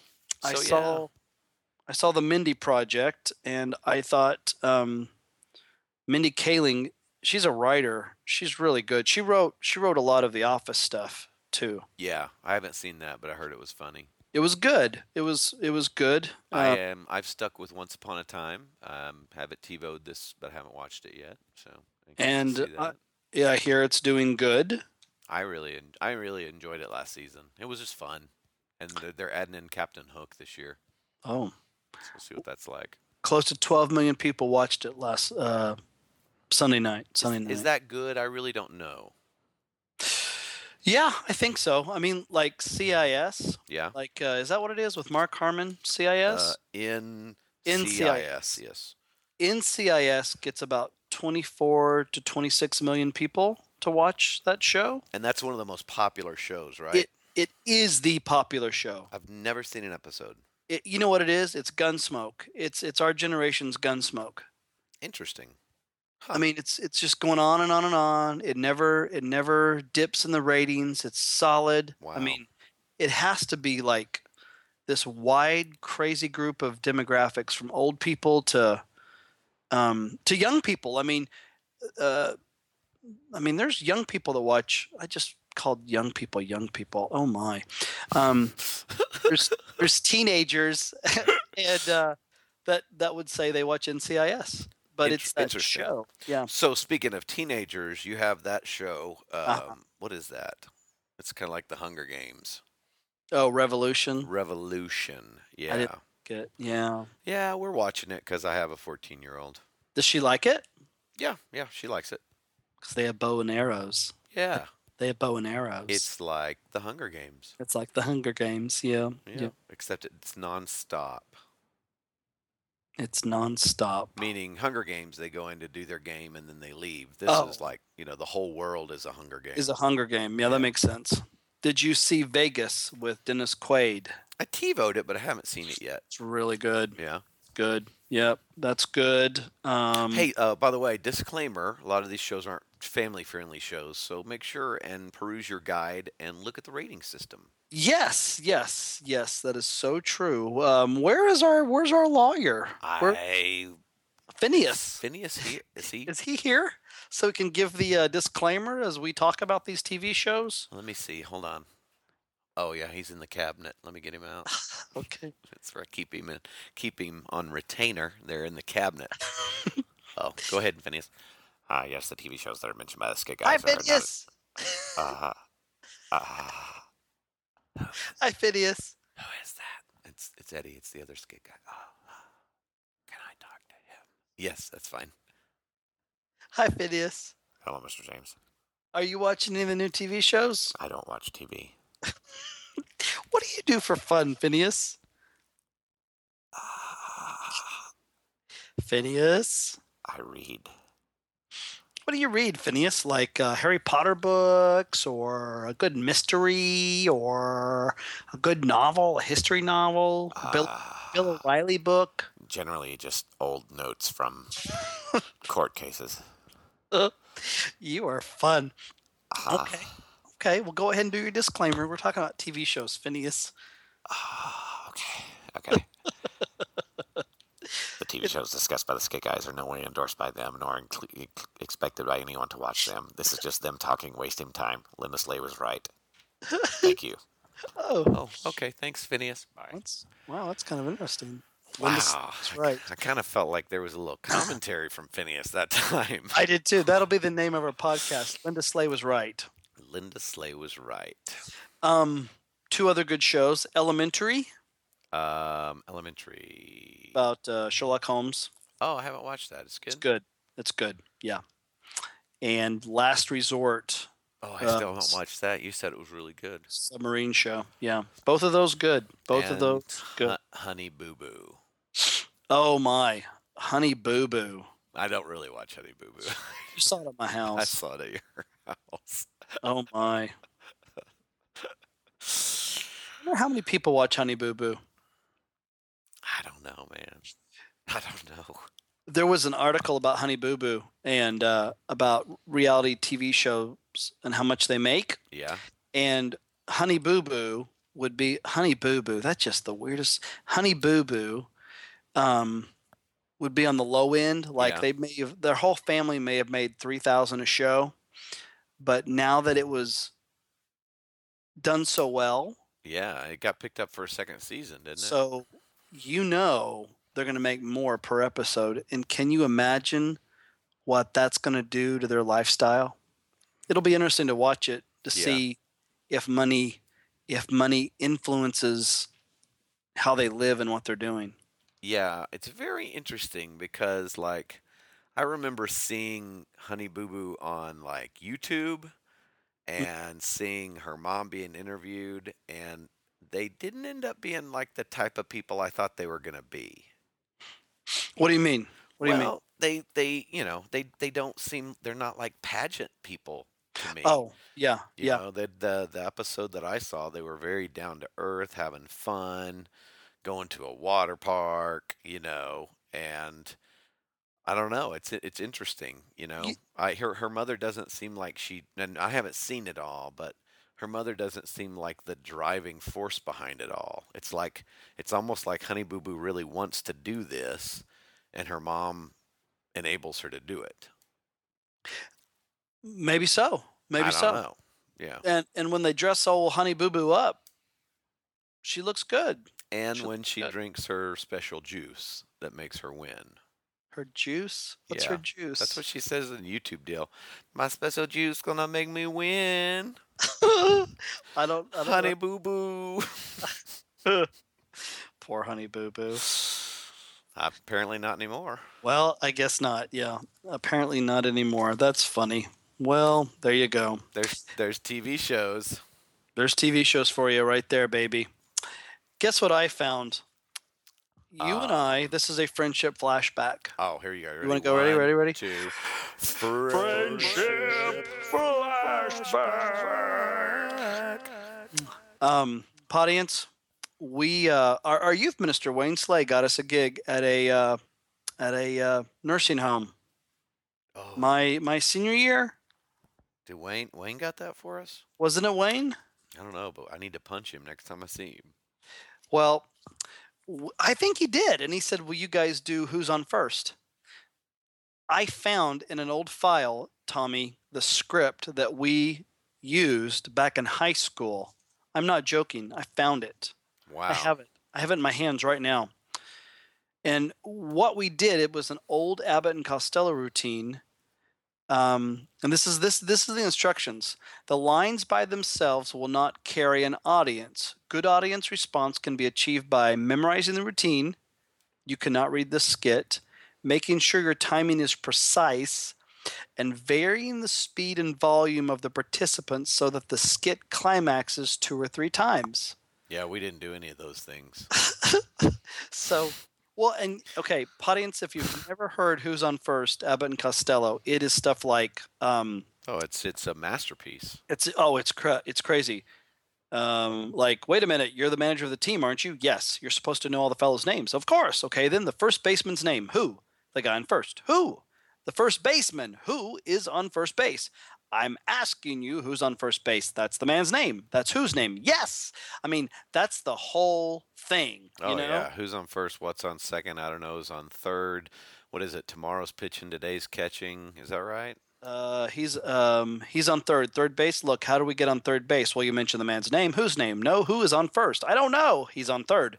Speaker 1: I
Speaker 2: So, yeah.
Speaker 1: saw, I saw the Mindy Project, and I thought um, Mindy Kaling. She's a writer. She's really good. She wrote she wrote a lot of the Office stuff too.
Speaker 2: yeah, I haven't seen that, but I heard it was funny.
Speaker 1: It was good. It was it was good.
Speaker 2: I
Speaker 1: Uh,
Speaker 2: am. I've stuck with Once Upon a Time. Um, have it TiVo'd this, but I haven't watched it yet. So I guess I'll
Speaker 1: And,
Speaker 2: see
Speaker 1: uh,
Speaker 2: that.
Speaker 1: yeah, I hear it's doing good.
Speaker 2: I really, en- I really enjoyed it last season. It was just fun, and they're, they're adding in Captain Hook this year.
Speaker 1: Oh,
Speaker 2: So we'll see what that's like.
Speaker 1: close to 12 million people watched it last uh, Sunday night. Sunday night.
Speaker 2: Is that good? I really don't know.
Speaker 1: Yeah, I think so. I mean, like CIS.
Speaker 2: Yeah.
Speaker 1: Like, uh, is that what it is with Mark Harmon? CIS.
Speaker 2: Uh, in
Speaker 1: In
Speaker 2: CIS, yes.
Speaker 1: NCIS gets about 24 to 26 million people to watch that show.
Speaker 2: And that's one of the most popular shows, right?
Speaker 1: It it is the popular show.
Speaker 2: I've never seen an episode.
Speaker 1: It, you know what it is? It's Gunsmoke. It's it's our generation's Gunsmoke.
Speaker 2: Interesting.
Speaker 1: I mean, it's it's just going on and on and on. It never it never dips in the ratings. It's solid.
Speaker 2: Wow.
Speaker 1: I mean, it has to be like this wide, crazy group of demographics from old people to um, to young people. I mean, uh, I mean, there's young people that watch. I just called young people young people. Oh my, um, there's there's teenagers and uh, that that would say they watch NCIS, but
Speaker 2: Int-
Speaker 1: it's that
Speaker 2: interesting.
Speaker 1: show. Yeah,
Speaker 2: So speaking of teenagers, you have that show. Um,
Speaker 1: Uh-huh.
Speaker 2: what is that? It's kind of like the Hunger Games.
Speaker 1: oh, Revolution.
Speaker 2: Revolution.
Speaker 1: didn't-
Speaker 2: Yeah.
Speaker 1: Good. Yeah,
Speaker 2: Yeah, we're watching it because I have a 14 year old.
Speaker 1: does she like it?
Speaker 2: Yeah, yeah, she likes it.
Speaker 1: Because they have bow and arrows.
Speaker 2: Yeah.
Speaker 1: They have bow and arrows.
Speaker 2: It's like the Hunger Games.
Speaker 1: It's like the Hunger Games. Yeah.
Speaker 2: Yeah. Except it's nonstop.
Speaker 1: It's nonstop.
Speaker 2: Meaning Hunger Games, they go in to do their game and then they leave. This
Speaker 1: Oh.
Speaker 2: is like, you know, the whole world is a Hunger Game.
Speaker 1: Is a Hunger Game. Yeah,
Speaker 2: Yeah.
Speaker 1: that makes sense. Did you see Vegas with Dennis Quaid?
Speaker 2: I TiVoed it, but I haven't seen it yet.
Speaker 1: It's really good.
Speaker 2: Yeah.
Speaker 1: Good. Yep. That's good. Um,
Speaker 2: Hey, uh, by the way, disclaimer: a lot of these shows aren't family-friendly shows, so make sure and peruse your guide and look at the rating system.
Speaker 1: Yes. Yes. Yes. That is so true. Um, where is our Where's our lawyer? Where,
Speaker 2: I
Speaker 1: Phineas.
Speaker 2: Phineas here is he?
Speaker 1: Is he here? So we can give the uh, disclaimer as we talk about these TV shows.
Speaker 2: Let me see. Hold on. Oh yeah, he's in the cabinet. Let me get him out.
Speaker 1: Okay.
Speaker 2: That's right. Keep him in. Keep him on retainer. They're in the cabinet. oh, go ahead, Phineas. Ah, yes, the TV shows that are mentioned by the Skit
Speaker 1: Hi,
Speaker 2: Guys are not-
Speaker 1: Phineas.
Speaker 2: Ah, ah.
Speaker 1: Hi, Phineas.
Speaker 2: Who is that? It's it's Eddie. It's the other skit guy. Oh, can I talk to him? Yes, that's fine.
Speaker 1: Hi, Phineas.
Speaker 2: Hello, Mr. James.
Speaker 1: Are you watching any of the new TV shows?
Speaker 2: I don't watch TV.
Speaker 1: What do you do for fun, Phineas? Phineas?
Speaker 2: I read.
Speaker 1: What do you read, Phineas? Like uh, Harry Potter books or a good mystery or a good novel, a history novel, a Bill, Bill O'Reilly book?
Speaker 2: Generally, just old notes from court cases.
Speaker 1: You are fun.
Speaker 2: Ah.
Speaker 1: Okay. Okay, well, go ahead and do your disclaimer. We're talking about TV shows, Phineas.
Speaker 2: Ah, okay. Okay. the TV shows discussed by the Skit Guys are no way endorsed by them, nor inc- expected by anyone to watch them. This is just them talking, wasting time. Linda Slay was right. Thank you.
Speaker 1: Oh,
Speaker 2: Oh, okay. Thanks, Phineas. Bye.
Speaker 1: that's, wow, that's kind of interesting.
Speaker 2: Wow.
Speaker 1: Linda-
Speaker 2: I-
Speaker 1: right.
Speaker 2: I kind of felt like there was a little commentary from Phineas that time.
Speaker 1: I did too. That'll be the name of our podcast. Linda Slay was right.
Speaker 2: Linda Slay was right.
Speaker 1: Um, two other good shows: Elementary
Speaker 2: Um, elementary.
Speaker 1: about uh, Sherlock Holmes.
Speaker 2: oh, I haven't watched that. It's good.
Speaker 1: It's good. It's good. Yeah. And Last Resort
Speaker 2: Oh, I
Speaker 1: Uh,
Speaker 2: still haven't
Speaker 1: s-
Speaker 2: watched that. You said it was really good.
Speaker 1: submarine show. Yeah, both of those good. Both of
Speaker 2: And uh,
Speaker 1: those good.
Speaker 2: Hu- Honey Boo Boo.
Speaker 1: oh my, Honey Boo Boo.
Speaker 2: I don't really watch Honey Boo Boo.
Speaker 1: You saw it at my
Speaker 2: I
Speaker 1: house.
Speaker 2: saw it at your house.
Speaker 1: Oh my. I wonder how many people watch Honey Boo Boo.
Speaker 2: I don't know, man. I don't know.
Speaker 1: there was an article about Honey Boo Boo and uh, about reality TV shows and how much they make.
Speaker 2: Yeah.
Speaker 1: And Honey Boo Boo would be Honey Boo Boo. That's just the weirdest. Honey Boo Boo um, would be on the low end. Like
Speaker 2: Yeah.
Speaker 1: they may have, their whole family may have made three thousand a show, but now that it was done so well,
Speaker 2: Yeah. It got picked up for a second season, didn't it?
Speaker 1: so you know they're going to make more per episode, and can you imagine what that's going to do to their lifestyle? It'll be interesting to watch it to
Speaker 2: Yeah.
Speaker 1: see if money if money influences how they live and what they're doing.
Speaker 2: Yeah, it's very interesting because like I remember seeing Honey Boo Boo on like YouTube
Speaker 1: Mm.
Speaker 2: and seeing her mom being interviewed and they didn't end up being like the type of people I thought they were going to be.
Speaker 1: What do you mean? What do you mean?
Speaker 2: Well, they they, you know, they they don't seem they're not like pageant people to me.
Speaker 1: Oh, yeah,
Speaker 2: You
Speaker 1: yeah.
Speaker 2: know, the, the the episode that I saw, they were very down to earth, having fun, going to a water park, you know, and I don't know, it's it's interesting, you know. I her her mother doesn't seem like she, and I haven't seen it all, but her mother doesn't seem like the driving force behind it all. It's like it's almost like Honey Boo Boo really wants to do this, and her mom enables her to do it.
Speaker 1: Maybe so.
Speaker 2: I
Speaker 1: Maybe
Speaker 2: don't
Speaker 1: so.
Speaker 2: know. Yeah.
Speaker 1: And and when they dress old Honey Boo Boo up, she looks good.
Speaker 2: And
Speaker 1: She
Speaker 2: when
Speaker 1: looks
Speaker 2: she
Speaker 1: good.
Speaker 2: drinks her special juice that makes her win.
Speaker 1: Her juice. What's her
Speaker 2: Yeah,
Speaker 1: juice?
Speaker 2: That's what she says in the YouTube deal. My special juice gonna make me win.
Speaker 1: I don't. I don't know.
Speaker 2: Honey boo boo.
Speaker 1: Poor Honey Boo Boo.
Speaker 2: Apparently not anymore.
Speaker 1: Well, I guess not. Yeah. Apparently not anymore. That's funny. Well, there you go.
Speaker 2: There's there's TV shows.
Speaker 1: There's TV shows for you right there, baby. Guess what I found? You and
Speaker 2: Um,
Speaker 1: I, this is a friendship flashback.
Speaker 2: Oh, here you go. Ready?
Speaker 1: wanna go? Ready,
Speaker 2: One,
Speaker 1: ready, ready?
Speaker 2: Two.
Speaker 1: Friendship Um, audience, we uh, our, our youth minister Wayne Slay got us a gig at a uh, at a uh, nursing home.
Speaker 2: Oh,
Speaker 1: My my senior year,
Speaker 2: did Wayne Wayne got that for us?
Speaker 1: wasn't it Wayne?
Speaker 2: I don't know, but I need to punch him next time I see him.
Speaker 1: Well, w- I think he did, and he said, "Will you guys do who's on first? I found in an old file, Tommy, the script that we used back in high school. I'm not joking. I found it.
Speaker 2: Wow.
Speaker 1: I have it. I have it in my hands right now. And what we did, it was an old Abbott and Costello routine. Um, and this is this this is the instructions. The lines by themselves will not carry an audience. Good audience response can be achieved by memorizing the routine. You cannot read the skit, making sure your timing is precise, and varying the speed and volume of the participants so that the skit climaxes two or three times.
Speaker 2: Yeah, we didn't do any of those things.
Speaker 1: So, well, and okay, audience, if you've never heard Who's on First, Abbott and Costello, it is stuff like, um,
Speaker 2: Oh, it's it's a masterpiece.
Speaker 1: it's oh, it's cra- it's crazy. Um, like, wait a minute, you're the manager of the team, aren't you? Yes, you're supposed to know all the fellows' names, of course. Okay, then the first baseman's name, who? The guy on first, who? The first baseman, who is on first base? I'm asking you who's on first base. That's the man's name. That's whose name? Yes. I mean, that's the whole thing. You
Speaker 2: Oh
Speaker 1: know?
Speaker 2: yeah, who's on first? What's on second? I don't know. Who's on third? What is it? Tomorrow's pitching, today's catching. Is that right?
Speaker 1: Uh, he's um he's on third. Third base. Look, how do we get on third base? Well, you mentioned the man's name. Whose name? No, who is on first? I don't know. He's on third.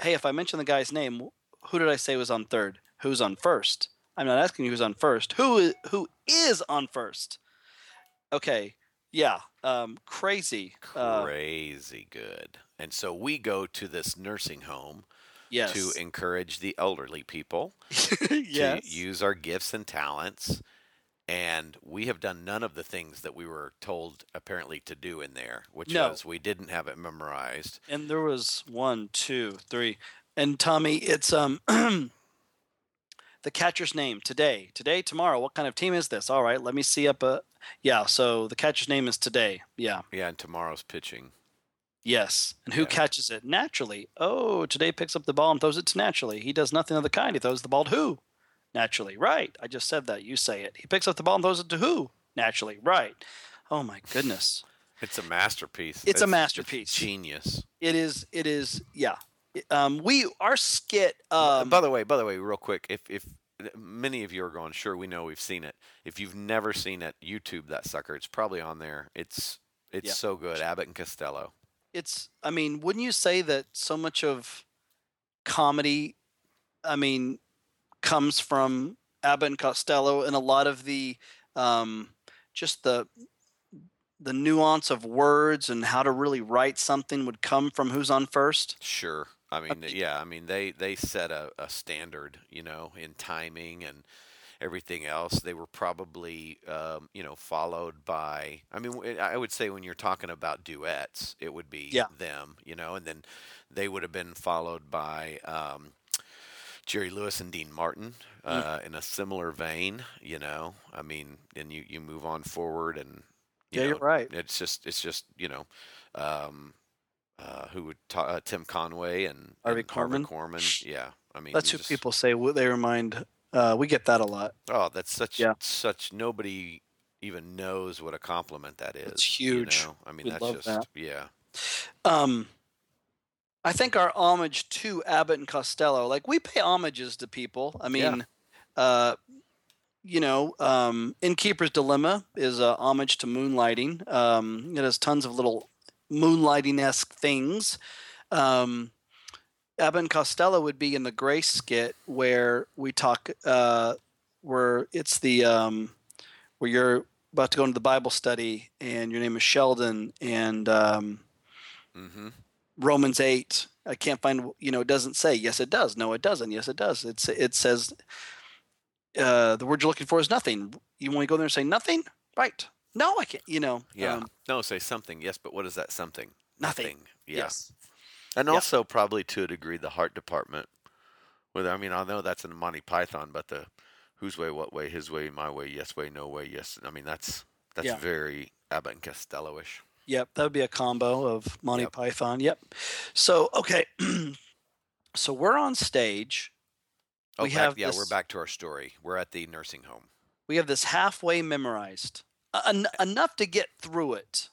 Speaker 1: Hey, if I mention the guy's name, wh- who did I say was on third? Who's on first? I'm not asking you who's on first. Who is, who is on first? Okay. Yeah. Um crazy. Uh,
Speaker 2: Crazy good. And so we go to this nursing home
Speaker 1: yes.
Speaker 2: to encourage the elderly people
Speaker 1: yes.
Speaker 2: to use our gifts and talents. And we have done none of the things that we were told apparently to do in there, which
Speaker 1: No.
Speaker 2: was we didn't have it memorized.
Speaker 1: And there was one, two, three. And Tommy, it's um the catcher's name today. Today, tomorrow. What kind of team is this? All right, let me see up a yeah, so the catcher's name is today. Yeah.
Speaker 2: Yeah, and tomorrow's pitching.
Speaker 1: Yes. And who
Speaker 2: Yeah.
Speaker 1: catches it? Naturally. Oh, today picks up the ball and throws it to naturally. He does nothing of the kind. He throws the ball to who? Naturally. Right. I just said that. You say it. He picks up the ball and throws it to who? Naturally. Right. Oh my goodness.
Speaker 2: It's a masterpiece.
Speaker 1: It's a masterpiece.
Speaker 2: genius.
Speaker 1: It is it is yeah. Um we our skit um
Speaker 2: by the way, by the way, real quick, if if many of you are going, sure, we know we've seen it. If you've never seen it, YouTube that sucker. It's probably on there. It's it's
Speaker 1: Yeah.
Speaker 2: so good. Abbott and Costello.
Speaker 1: it's i mean wouldn't you say that so much of comedy i mean comes from abbott and costello and a lot of the um just the the nuance of words and how to really write something would come from who's on first
Speaker 2: Sure. I mean,
Speaker 1: Okay.
Speaker 2: yeah. I mean, they they set a, a standard, you know, in timing and everything else. They were probably, um, you know, followed by. I mean, w- I would say when you're talking about duets, it would be
Speaker 1: Yeah.
Speaker 2: them, you know, and then they would have been followed by um, Jerry Lewis and Dean Martin
Speaker 1: Mm.
Speaker 2: uh, in a similar vein, you know. I mean, then you you move on forward and you
Speaker 1: yeah
Speaker 2: know,
Speaker 1: you're right
Speaker 2: it's just it's just you know um uh who would ta- uh, tim conway and
Speaker 1: Harvey
Speaker 2: and Harvey
Speaker 1: Korman.
Speaker 2: Korman. yeah i mean
Speaker 1: that's
Speaker 2: you
Speaker 1: who
Speaker 2: just-
Speaker 1: people say wh- they remind uh we get that a lot
Speaker 2: oh that's such
Speaker 1: Yeah.
Speaker 2: such nobody even knows what a compliment that is.
Speaker 1: It's
Speaker 2: you
Speaker 1: huge.
Speaker 2: know? I mean,
Speaker 1: We
Speaker 2: that's
Speaker 1: love
Speaker 2: just
Speaker 1: that.
Speaker 2: yeah.
Speaker 1: Um, I think our homage to Abbott and Costello, like we pay homages to people. I
Speaker 2: Yeah.
Speaker 1: mean, uh, you know, um, Innkeeper's Dilemma is a homage to moonlighting. Um, it has tons of little moonlighting esque things. Um, Abbott and Costello would be in the Grace skit where we talk, uh, where it's the um, where you're about to go into the Bible study and your name is Sheldon and um,
Speaker 2: Mm-hmm.
Speaker 1: Romans 8. I can't find, you know, it doesn't say, yes, it does. No, it doesn't. Yes, it does. It's, it says uh, the word you're looking for is nothing. You want to go there and say nothing? Right. No, I can't, you know.
Speaker 2: Yeah.
Speaker 1: um,
Speaker 2: no, say something. Yes, but what is that something?
Speaker 1: Nothing.
Speaker 2: Yeah.
Speaker 1: Yes.
Speaker 2: And
Speaker 1: Yeah.
Speaker 2: also probably to a degree the heart department. With I mean, I know that's in Monty Python, but the whose way, what way, his way, my way, yes way, no way, yes. I mean, that's that's
Speaker 1: Yeah.
Speaker 2: very Abbott and Costello-ish.
Speaker 1: Yep. That would be a combo of Monty
Speaker 2: Yep.
Speaker 1: Python. Yep. So, okay. so we're on stage.
Speaker 2: Oh,
Speaker 1: We
Speaker 2: back-
Speaker 1: have
Speaker 2: yeah, we're
Speaker 1: this-
Speaker 2: back to our story. We're at the nursing home.
Speaker 1: We have this halfway memorized, Uh, en-
Speaker 2: Eh.
Speaker 1: enough to get through it.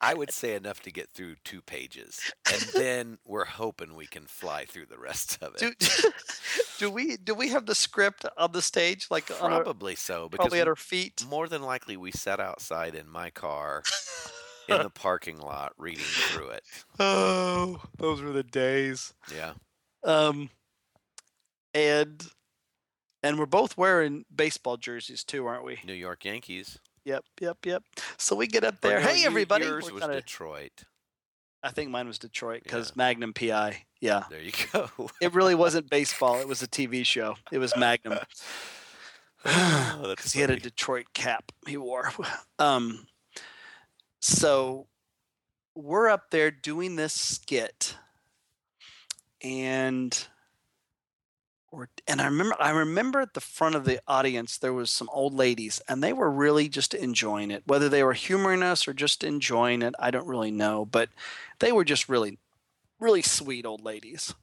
Speaker 2: I would say enough to get through two pages, and then we're hoping we can fly through the rest of it.
Speaker 1: Do, do we do we have the script on the stage like on our,
Speaker 2: Probably so, because
Speaker 1: probably at our feet?
Speaker 2: more than likely we sat outside in my car in the parking lot reading through it.
Speaker 1: Oh, those were the days.
Speaker 2: Yeah.
Speaker 1: Um, and and we're both wearing baseball jerseys too, aren't we?
Speaker 2: New York Yankees.
Speaker 1: Yep, yep, yep. So we get up
Speaker 2: Or
Speaker 1: there.
Speaker 2: no,
Speaker 1: hey,
Speaker 2: you-
Speaker 1: everybody!
Speaker 2: Yours
Speaker 1: we're
Speaker 2: was
Speaker 1: kinda-
Speaker 2: Detroit.
Speaker 1: I think mine was Detroit because
Speaker 2: Yeah.
Speaker 1: Magnum PI. Yeah,
Speaker 2: There you go. Oh,
Speaker 1: it really wasn't baseball. It was a TV show. It was Magnum
Speaker 2: Oh, that's
Speaker 1: because he had a
Speaker 2: funny.
Speaker 1: Detroit cap he wore. Um, so we're up there doing this skit, and or and I remember I remember at the front of the audience there was some old ladies, and they were really just enjoying it. Whether they were humoring us or just enjoying it, I don't really know, but they were just really, really sweet old ladies.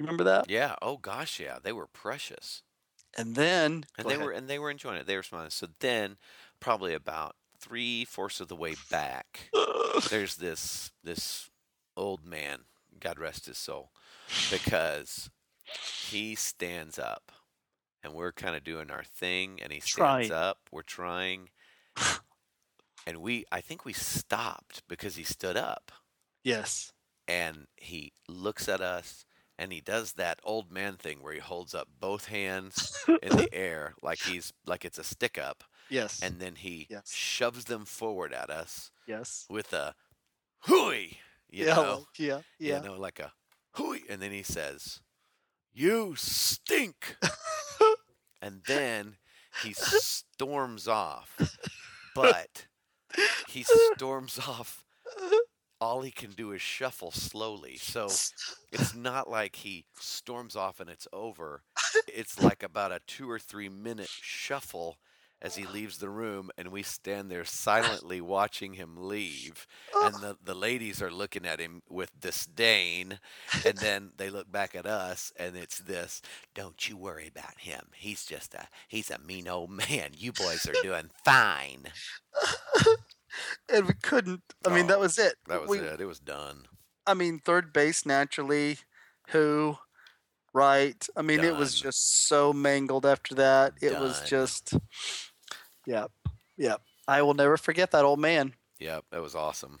Speaker 1: Remember that?
Speaker 2: yeah. Oh gosh, yeah. They were precious.
Speaker 1: And then
Speaker 2: And
Speaker 1: Go
Speaker 2: they
Speaker 1: ahead.
Speaker 2: were and they were enjoying it. They were smiling. So then probably about three fourths of the way back, there's this this old man, God rest his soul, because he stands up and we're kind of doing our thing and he stands
Speaker 1: Trying.
Speaker 2: up, we're trying. And we I think we stopped because he stood up.
Speaker 1: yes.
Speaker 2: and he looks at us and he does that old man thing where he holds up both hands in the air like he's like it's a stick up
Speaker 1: Yes.
Speaker 2: and then he
Speaker 1: Yes.
Speaker 2: shoves them forward at us
Speaker 1: yes.
Speaker 2: with a hooey you
Speaker 1: yeah,
Speaker 2: know
Speaker 1: like- yeah. Yeah.
Speaker 2: you know like a hooey and then he says you stink and then he storms off but he storms off all he can do is shuffle slowly so it's not like he storms off and it's over. It's like about a two or three minute shuffle as he leaves the room, and we stand there silently watching him leave. And the, the ladies are looking at him with disdain, and then they look back at us, and it's this don't you worry about him. He's just a he's a mean old man. You boys are doing fine.
Speaker 1: and we couldn't. I mean, that
Speaker 2: Oh,
Speaker 1: was it.
Speaker 2: That was
Speaker 1: we,
Speaker 2: it. It was done.
Speaker 1: I mean, third base naturally, who, right? I mean, it was
Speaker 2: Done.
Speaker 1: just so mangled after that. It was
Speaker 2: Done.
Speaker 1: just, yeah, yeah. I will never forget that old man
Speaker 2: Yep, that was awesome.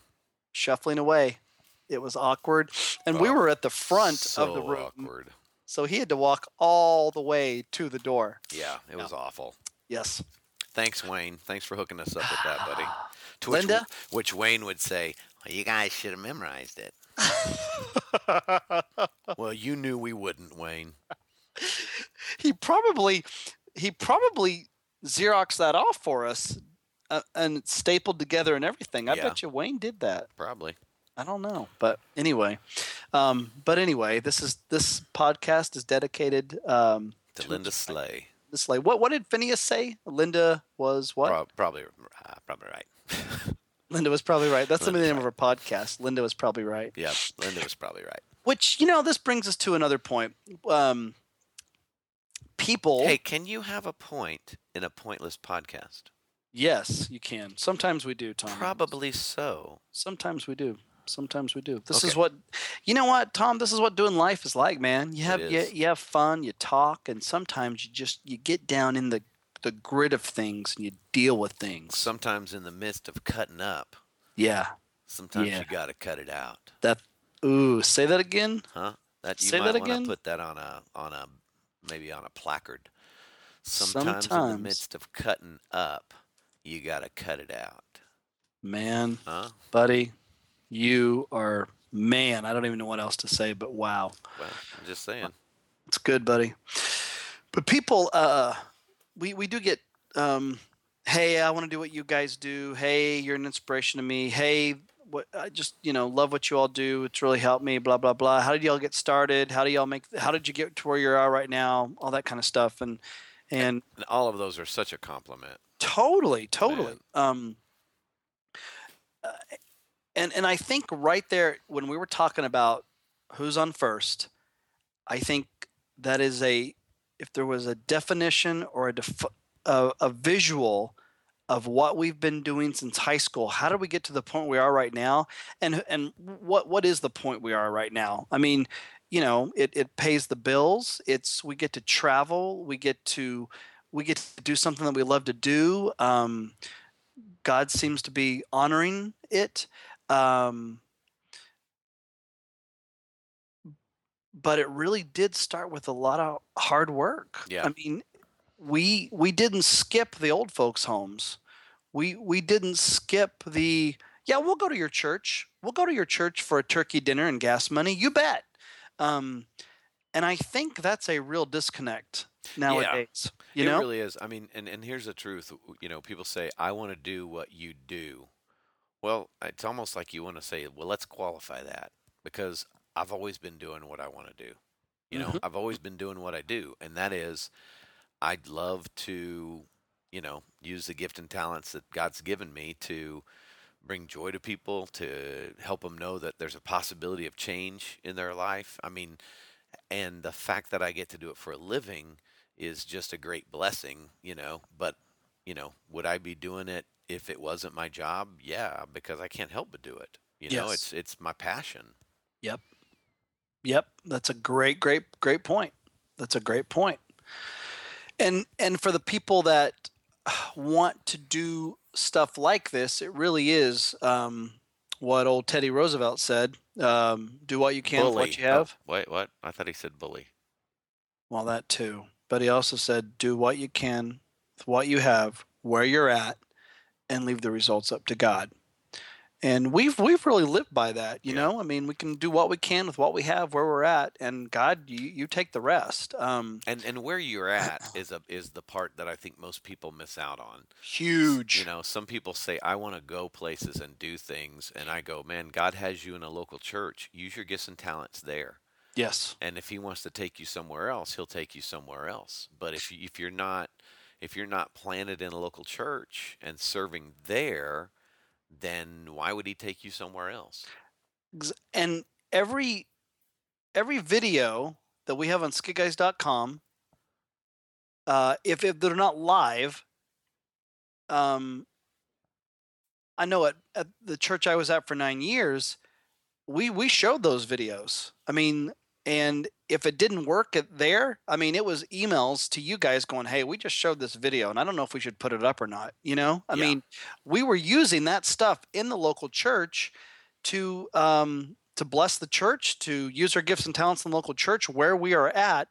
Speaker 1: shuffling away. It was awkward, and we
Speaker 2: Oh,
Speaker 1: were at the front of the
Speaker 2: So
Speaker 1: room,
Speaker 2: Awkward.
Speaker 1: so he had to walk all the way to the door.
Speaker 2: Yeah, it
Speaker 1: Yeah.
Speaker 2: was awful.
Speaker 1: Yes,
Speaker 2: Thanks, Wayne. Thanks for hooking us up with that, buddy. To
Speaker 1: Linda?
Speaker 2: Which, which Wayne would say, well, you guys should have memorized it. well, you knew we wouldn't, Wayne.
Speaker 1: he probably, he probably xeroxed that off for us, uh, and it's stapled together and everything. I
Speaker 2: Yeah.
Speaker 1: bet you Wayne did that.
Speaker 2: Probably.
Speaker 1: I don't know, but anyway, um, but anyway, this is this podcast is dedicated um,
Speaker 2: To
Speaker 1: To
Speaker 2: Linda Slay.
Speaker 1: this like what what did Phineas say? Linda was what?
Speaker 2: Prob- probably, uh, probably right.
Speaker 1: Linda was probably right. That's the
Speaker 2: Linda's
Speaker 1: name of our podcast. Linda was probably right.
Speaker 2: Yeah, Linda was probably right.
Speaker 1: Which you know, this brings us to another point. Um, people,
Speaker 2: Hey, can you have a point in a pointless podcast?
Speaker 1: Yes, you can. Sometimes we do, Tom.
Speaker 2: Probably so.
Speaker 1: Sometimes we do. Sometimes we do. This is
Speaker 2: Okay.
Speaker 1: what you know what, Tom, this is what doing life is like, man. You have you,
Speaker 2: is.
Speaker 1: you have fun, you talk, and sometimes you just you get down in the the grid of things and you deal with things.
Speaker 2: Sometimes in the midst of cutting up,
Speaker 1: Yeah.
Speaker 2: sometimes
Speaker 1: Yeah.
Speaker 2: you got to cut it out,
Speaker 1: That ooh, say that again.
Speaker 2: huh? That you
Speaker 1: Say
Speaker 2: might
Speaker 1: that
Speaker 2: want
Speaker 1: again?
Speaker 2: to put that on a on a maybe on a placard. Sometimes, in the
Speaker 1: Sometimes.
Speaker 2: midst of cutting up, you got to cut it out,
Speaker 1: Man,
Speaker 2: huh?
Speaker 1: buddy, you are man, I don't even know what else to say, but wow.
Speaker 2: Well, I'm just saying.
Speaker 1: It's good, buddy. But people, uh, we we do get. Um, hey, I want to do what you guys do. Hey, you're an inspiration to me. Hey, what I just you know love what you all do. It's really helped me. Blah blah blah. How did y'all get started? How do y'all make? How did you get to where you are right now? All that kind of stuff. And and
Speaker 2: And all of those are such a compliment.
Speaker 1: Totally, totally. Um, uh, and and I think right there when we were talking about who's on first, I think that is a if there was a definition or a def- a, a visual of what we've been doing since high school. How did we get to the point we are right now? And and what what is the point we are right now? I mean, you know, it it pays the bills. It's we get to travel. We get to we get to do something that we love to do. Um, God seems to be honoring it. Um, but it really did start with a lot of hard work.
Speaker 2: Yeah.
Speaker 1: I mean, we we didn't skip the old folks' homes. We we didn't skip the yeah. We'll go to your church. We'll go to your church for a turkey dinner and gas money. You bet. Um, and I think that's a real disconnect nowadays. You
Speaker 2: it
Speaker 1: know,
Speaker 2: really is. I mean, and, and here's the truth. w- You know, people say, I want to do what you do. Well, it's almost like you want to say, well, let's qualify that because I've always been doing what I want to do. You know,
Speaker 1: Mhm.
Speaker 2: I've always been doing what I do. And that is, I'd love to, you know, use the gift and talents that God's given me to bring joy to people, to help them know that there's a possibility of change in their life. I mean, and the fact that I get to do it for a living is just a great blessing, you know. But, you know, would I be doing it if it wasn't my job? Yeah, because I can't help but do it. You know,
Speaker 1: Yes.
Speaker 2: it's it's my passion.
Speaker 1: Yep, that's a great, great, great point. That's a great point. And and for the people that want to do stuff like this, it really is um, what old Teddy Roosevelt said: um, "Do what you can with what you
Speaker 2: Oh,
Speaker 1: have."
Speaker 2: wait, what? I thought he said bully.
Speaker 1: Well, that too. But he also said, "Do what you can with what you have, where you're at, and leave the results up to God." And we've we've really lived by that, you
Speaker 2: Yeah.
Speaker 1: know. I mean, we can do what we can with what we have, where we're at, and God, you you take the rest. Um,
Speaker 2: And and where you're at is a is the part that I think most people miss out on.
Speaker 1: huge.
Speaker 2: You know, some people say, I want to go places and do things. And I go, man, God has you in a local church. Use your gifts and talents there.
Speaker 1: Yes.
Speaker 2: And if he wants to take you somewhere else, he'll take you somewhere else. But if, you, if you're not if you're not planted in a local church and serving there, then why would he take you somewhere else?
Speaker 1: Ex- And every every video that we have on skidguys.com, uh, if if they're not live, um, I know at, at the church I was at for nine years, we we showed those videos. I mean, and if it didn't work at there, I mean, it was emails to you guys going, "Hey, we just showed this video, and I don't know if we should put it up or not." You know, I
Speaker 2: Yeah.
Speaker 1: mean, we were using that stuff in the local church to um, to bless the church, to use our gifts and talents in the local church where we are at,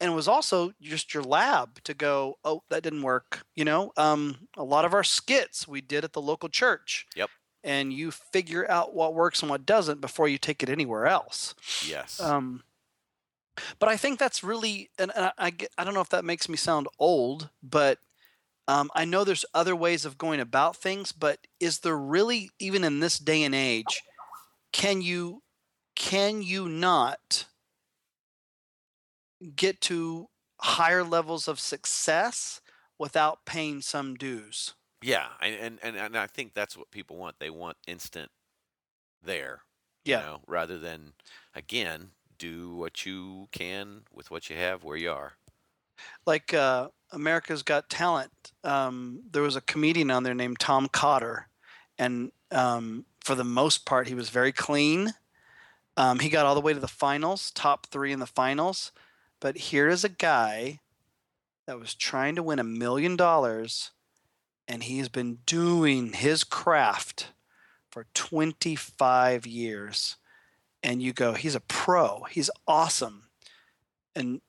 Speaker 1: and it was also just your lab to go oh that didn't work you know um, a lot of our skits we did at the local church
Speaker 2: Yep.
Speaker 1: and you figure out what works and what doesn't before you take it anywhere else
Speaker 2: Yes.
Speaker 1: um, but i think that's really and, and I, I, get- I don't know if that makes me sound old but um, i know there's other ways of going about things but is there really even in this day and age can you can you not get to higher levels of success without paying some dues.
Speaker 2: yeah. And, and, and, and I think that's what people want. They want instant there.
Speaker 1: Yeah.
Speaker 2: You know, rather than, again, do what you can with what you have where you are.
Speaker 1: like uh, America's Got Talent. Um, there was a comedian on there named Tom Cotter, and um, for the most part, he was very clean. Um, he got all the way to the finals, top three in the finals. But here is a guy that was trying to win a million dollars, and he has been doing his craft for 25 years. And you go, he's a pro, he's awesome. And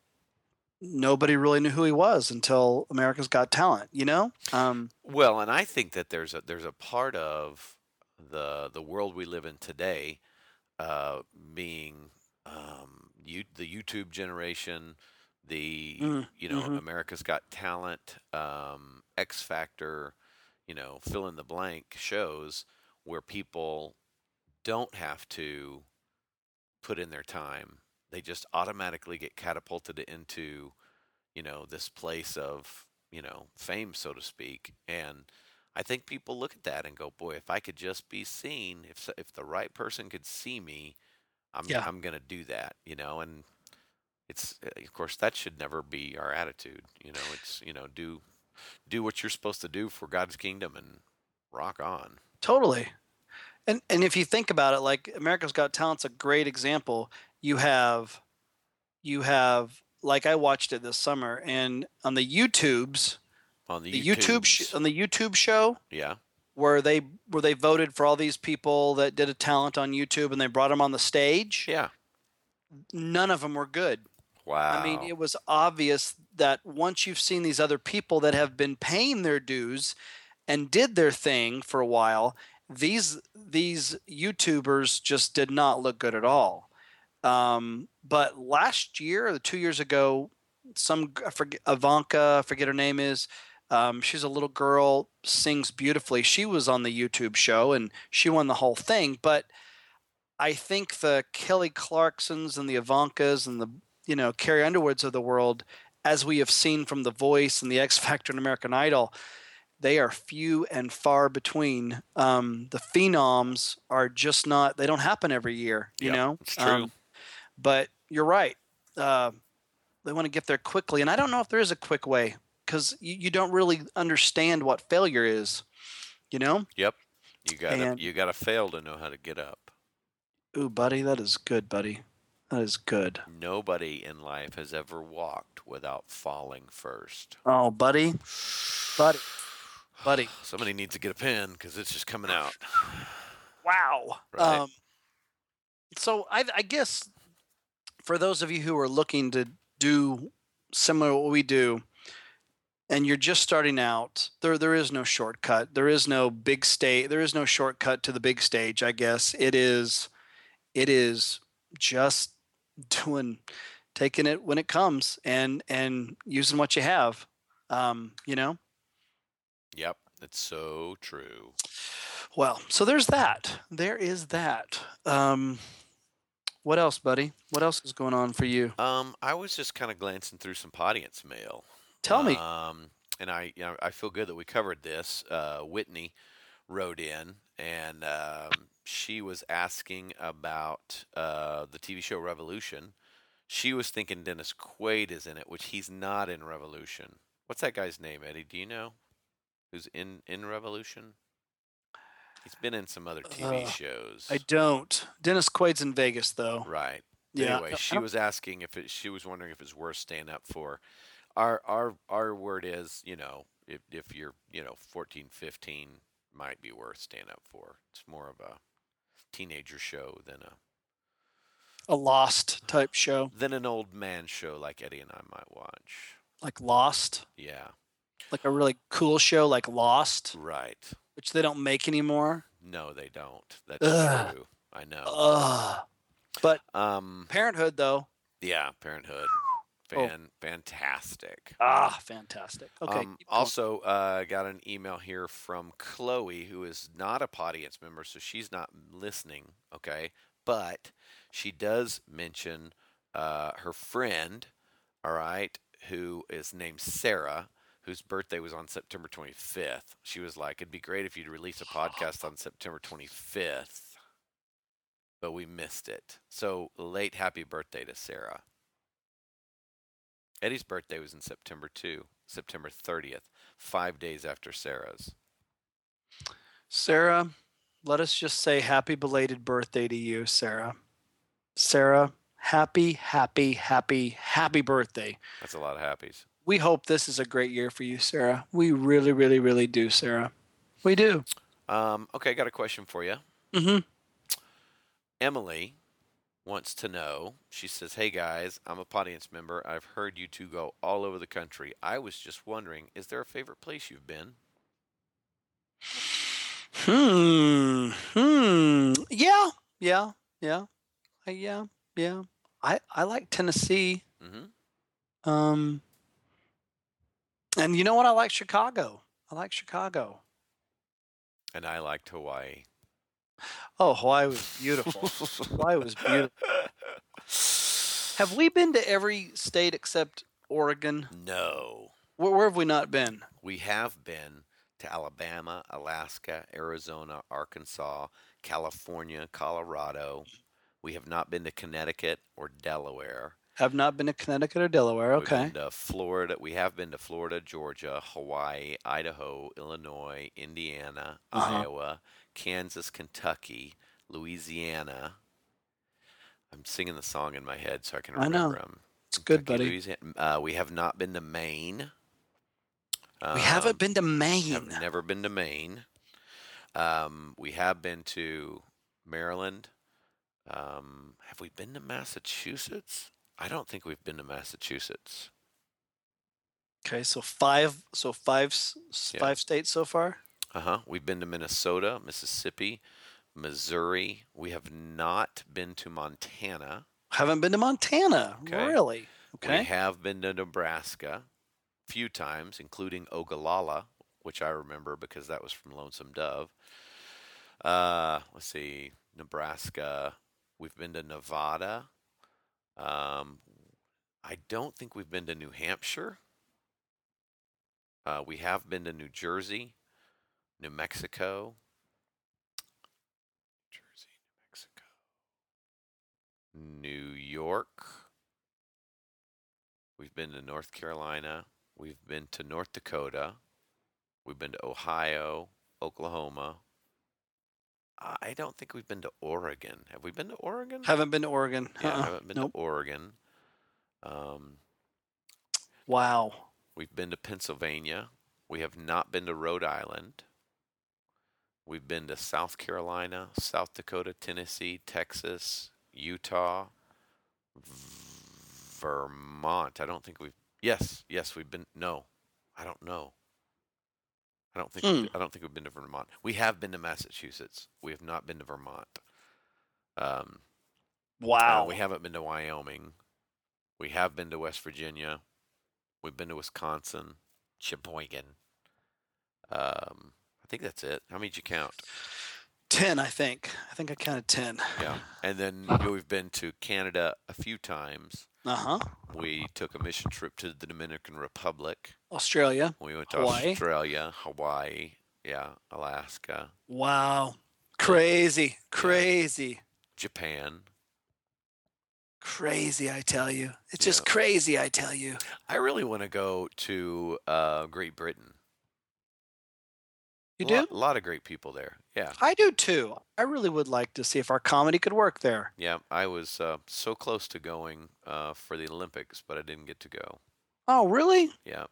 Speaker 1: nobody really knew who he was until America's Got Talent, you know? Um,
Speaker 2: Well, and I think that there's a there's a part of the the world we live in today, uh, being um, you, the YouTube generation, the
Speaker 1: Mm,
Speaker 2: you know
Speaker 1: mhm.
Speaker 2: America's Got Talent, um, X Factor, you know fill in the blank shows where people don't have to put in their time; they just automatically get catapulted into you know this place of you know fame so to speak and i think people look at that and go boy if i could just be seen if s- if the right person could see me i'm
Speaker 1: Yeah.
Speaker 2: i'm going to do that you know and it's uh, of course that should never be our attitude you know it's you know do do what you're supposed to do for god's kingdom and rock on
Speaker 1: Totally. And and if you think about it, like America's Got Talent's a great example. You have you have like I watched it this summer and on the YouTubes,
Speaker 2: on the,
Speaker 1: the YouTube sh-
Speaker 2: YouTubes.
Speaker 1: on the YouTube show
Speaker 2: yeah
Speaker 1: where they where they voted for all these people that did a talent on YouTube and they brought them on the stage,
Speaker 2: yeah
Speaker 1: none of them were good.
Speaker 2: wow
Speaker 1: I mean, it was obvious that once you've seen these other people that have been paying their dues and did their thing for a while, these these YouTubers just did not look good at all. Um, but last year, or two years ago, some g- I forget Ivanka, I forget her name is. Um, she's a little girl, sings beautifully. She was on the YouTube show and she won the whole thing. But I think the Kelly Clarksons and the Ivankas and the you know Carrie Underwoods of the world, as we have seen from The Voice and The X Factor and American Idol, they are few and far between. Um, the phenoms are just not; they don't happen every year. You
Speaker 2: Yep,
Speaker 1: know, Um,
Speaker 2: it's true.
Speaker 1: but you're right. Uh, they want to get there quickly, and I don't know if there is a quick way because you, you don't really understand what failure is. You know,
Speaker 2: yep you got to
Speaker 1: and-
Speaker 2: you got to fail to know how to get up
Speaker 1: ooh, buddy, that is good, buddy. That is good.
Speaker 2: Nobody in life has ever walked without falling first.
Speaker 1: Oh, buddy, buddy, buddy.
Speaker 2: Somebody needs to get a pen because it's just coming out.
Speaker 1: Wow.
Speaker 2: Right.
Speaker 1: Um, so I, I guess for those of you who are looking to do similar to what we do, and you're just starting out, there there is no shortcut. There is no big stage. There is no shortcut to the big stage. I guess it is, it is just doing, taking it when it comes, and and using what you have. Um, you know.
Speaker 2: Yep, it's so true.
Speaker 1: Well, so there's that. There is that. Um, what else, buddy? What else is going on for you?
Speaker 2: Um, I was just kind of glancing through some audience mail.
Speaker 1: Tell me.
Speaker 2: Um, and I, you know, I feel good that we covered this. Uh, Whitney wrote in, and um, she was asking about uh, the TV show Revolution. She was thinking Dennis Quaid is in it, which he's not in Revolution. What's that guy's name, Eddie? Do you know? Who's in in Revolution? He's been in some other TV
Speaker 1: Uh,
Speaker 2: shows.
Speaker 1: I don't. Dennis Quaid's in Vegas, though.
Speaker 2: Right.
Speaker 1: Yeah.
Speaker 2: Anyway,
Speaker 1: No, I
Speaker 2: she
Speaker 1: don't-
Speaker 2: was asking if it, she was wondering if it's worth staying up for. Our our our word is, you know, if if you're, you know, 14, 15 might be worth staying up for. It's more of a teenager show than a
Speaker 1: A Lost type show,
Speaker 2: than an old man show like Eddie and I might watch.
Speaker 1: like Lost,
Speaker 2: Yeah.
Speaker 1: like a really cool show like Lost,
Speaker 2: Right.
Speaker 1: which they don't make anymore.
Speaker 2: No, they don't. That's
Speaker 1: Ugh.
Speaker 2: true. I know.
Speaker 1: Ugh. But
Speaker 2: Um
Speaker 1: Parenthood, though.
Speaker 2: yeah, Parenthood.
Speaker 1: Oh.
Speaker 2: Fan fantastic.
Speaker 1: Ah, fantastic. Okay.
Speaker 2: Um,
Speaker 1: keep going.
Speaker 2: also, uh, got an email here from Chloe, who is not a audience member, so she's not listening. Okay, but she does mention uh, her friend, all right, who is named Sarah, whose birthday was on September 25th. She was like, "It'd be great if you'd release a podcast on September 25th," but we missed it. So late, happy birthday to Sarah. Eddie's birthday was in September 2, September 30th, five days after Sarah's.
Speaker 1: Sarah, let us just say happy belated birthday to you, Sarah. Sarah, happy, happy, happy, happy birthday.
Speaker 2: That's a lot of happies.
Speaker 1: We hope this is a great year for you, Sarah. We really, really, really do, Sarah. We do.
Speaker 2: Um, okay, I got a question for you.
Speaker 1: hmm
Speaker 2: Emily wants to know. She says, "Hey guys, I'm a audience member. I've heard you two go all over the country. I was just wondering, is there a favorite place you've been?"
Speaker 1: Hmm. Hmm. Yeah. Yeah. Yeah. Uh, Yeah. Yeah. I, I like Tennessee.
Speaker 2: Mm-hmm.
Speaker 1: Um, and you know what? I like Chicago. I like Chicago.
Speaker 2: And I liked Hawaii.
Speaker 1: Oh, Hawaii was beautiful. Hawaii was beautiful. Have we been to every state except Oregon?
Speaker 2: No,
Speaker 1: Where, where have we not been?
Speaker 2: we have been to Alabama, Alaska, Arizona, Arkansas, California, Colorado. We have not been to Connecticut or Delaware.
Speaker 1: Have not been to Connecticut or Delaware.
Speaker 2: We've
Speaker 1: Okay.
Speaker 2: been to Florida. We have been to Florida, Georgia, Hawaii, Idaho, Illinois, Indiana,
Speaker 1: Uh-huh.
Speaker 2: Iowa, Kansas, Kentucky, Louisiana. I'm singing the song in my head so I can
Speaker 1: I
Speaker 2: remember
Speaker 1: know.
Speaker 2: 'em.
Speaker 1: It's good,
Speaker 2: Kentucky,
Speaker 1: buddy.
Speaker 2: Louisiana. Uh, we have not been to Maine.
Speaker 1: We haven't
Speaker 2: Um,
Speaker 1: been to
Speaker 2: have
Speaker 1: Maine.
Speaker 2: never been to Maine. Um, we have been to Maryland. Um, have we been to Massachusetts? I don't think we've been to Massachusetts.
Speaker 1: Okay, so five, so five, s- s-
Speaker 2: Yeah.
Speaker 1: five states so far.
Speaker 2: Uh huh. We've been to Minnesota, Mississippi, Missouri. We have not been to Montana.
Speaker 1: Haven't been to Montana.
Speaker 2: Okay.
Speaker 1: Really?
Speaker 2: We
Speaker 1: Okay.
Speaker 2: have been to Nebraska a few times, including Ogallala, which I remember because that was from Lonesome Dove. Uh, let's see, Nebraska. We've been to Nevada. Um, I don't think we've been to New Hampshire. Uh, we have been to New Jersey, New Mexico. Jersey, New Mexico. New York. We've been to North Carolina. We've been to North Dakota. We've been to Ohio, Oklahoma. I don't think we've been to Oregon. Have uh, we been to Oregon?
Speaker 1: Haven't been to Oregon.
Speaker 2: yeah,
Speaker 1: Uh-uh.
Speaker 2: haven't been
Speaker 1: nope.
Speaker 2: to Oregon. Um,
Speaker 1: Wow.
Speaker 2: We've been to Pennsylvania. We have not been to Rhode Island. We've been to South Carolina, South Dakota, Tennessee, Texas, Utah, V- Vermont. I don't think we've. Yes, yes, we've been. No, I don't know. I don't think. we've- I don't think we've been to Vermont. We have been to Massachusetts. We have not been to Vermont. Um, uh,
Speaker 1: Wow.
Speaker 2: we haven't been to Wyoming. We have been to West Virginia. We've been to Wisconsin, Sheboygan. Um, I think that's it. How many did you count?
Speaker 1: ten, I think. I think I counted ten.
Speaker 2: Yeah. And then we've been to Canada a few times.
Speaker 1: Uh huh.
Speaker 2: We took a mission trip to the Dominican Republic.
Speaker 1: Australia.
Speaker 2: We went to
Speaker 1: Hawaii.
Speaker 2: Australia, Hawaii, yeah, Alaska,
Speaker 1: Wow. Crazy. Crazy.
Speaker 2: Japan.
Speaker 1: Crazy, I tell you. It's just
Speaker 2: Yeah.
Speaker 1: crazy, I tell you.
Speaker 2: I really want to go to uh, Great Britain.
Speaker 1: You
Speaker 2: A lo-
Speaker 1: do?
Speaker 2: A lot of great people there. Yeah.
Speaker 1: I do too. I really would like to see if our comedy could work there.
Speaker 2: Yeah, I was uh, so close to going uh, for the Olympics, but I didn't get to go.
Speaker 1: Oh, really?
Speaker 2: Yeah,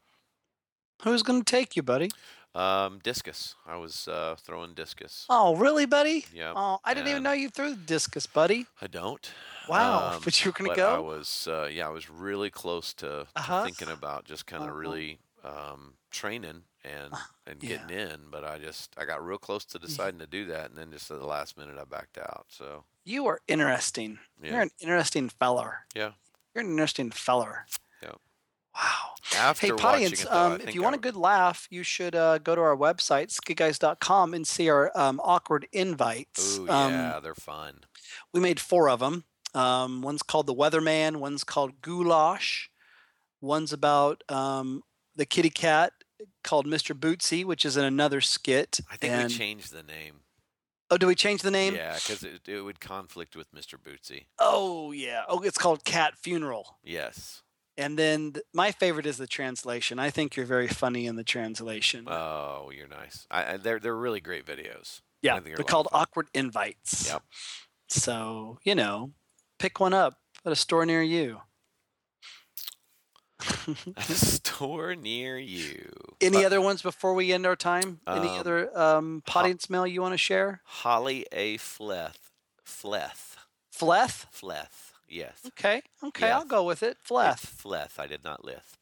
Speaker 1: Who's going to take you, buddy?
Speaker 2: um, discus. I was uh, throwing discus.
Speaker 1: Oh, really, buddy?
Speaker 2: Yeah,
Speaker 1: Oh, I didn't even
Speaker 2: and-
Speaker 1: know you threw the discus, buddy.
Speaker 2: I don't.
Speaker 1: Wow.
Speaker 2: Um,
Speaker 1: but you were going to
Speaker 2: but I
Speaker 1: go?
Speaker 2: was, uh, yeah, I was really close to, to
Speaker 1: Uh-huh.
Speaker 2: thinking about just kind of
Speaker 1: Uh-huh. Uh,
Speaker 2: really um, training and and
Speaker 1: yeah.
Speaker 2: getting in, but I just I got real close to deciding to do that, and then just at the last minute I backed out. So
Speaker 1: You are interesting. You're
Speaker 2: yeah,
Speaker 1: an interesting feller.
Speaker 2: Yeah.
Speaker 1: You're an interesting feller.
Speaker 2: Yep.
Speaker 1: Wow.
Speaker 2: after
Speaker 1: Hey,
Speaker 2: watching
Speaker 1: audience,
Speaker 2: it, though, I
Speaker 1: um, if
Speaker 2: think
Speaker 1: you
Speaker 2: I
Speaker 1: want a
Speaker 2: w-
Speaker 1: good laugh, you should uh, go to our website, skiguys.com, and see our um, awkward invites.
Speaker 2: Ooh,
Speaker 1: um,
Speaker 2: yeah, they're fun.
Speaker 1: We made four of them. Um, one's called The Weatherman, one's called Goulash, one's about um, the kitty cat called Mr. Bootsy, which is in another skit.
Speaker 2: I think
Speaker 1: and,
Speaker 2: we changed the name.
Speaker 1: Oh, do we change the name?
Speaker 2: Yeah, because it, it would conflict with Mr. Bootsy.
Speaker 1: Oh, yeah. Oh, it's called Cat Funeral.
Speaker 2: Yes.
Speaker 1: And then th- my favorite is the translation. I think you're very funny in the translation.
Speaker 2: Oh, you're nice. I, I, they're they're really great videos.
Speaker 1: yeah,
Speaker 2: think
Speaker 1: they're
Speaker 2: you're a lot of
Speaker 1: called
Speaker 2: fun.
Speaker 1: awkward invites.
Speaker 2: Yep.
Speaker 1: So you know, pick one up at a store near you.
Speaker 2: At a store near you.
Speaker 1: Mm. Any
Speaker 2: Uh,
Speaker 1: other ones before we end our time? Any
Speaker 2: um,
Speaker 1: other um,
Speaker 2: ho-
Speaker 1: potting smell you want to share?
Speaker 2: Holly A. Fleth. Fleth.
Speaker 1: Fleth.
Speaker 2: Fleth. Yes.
Speaker 1: Okay. Okay, I'll
Speaker 2: Yes.
Speaker 1: go with it.
Speaker 2: It's
Speaker 1: Fleth.
Speaker 2: Fleth. I did not lisp.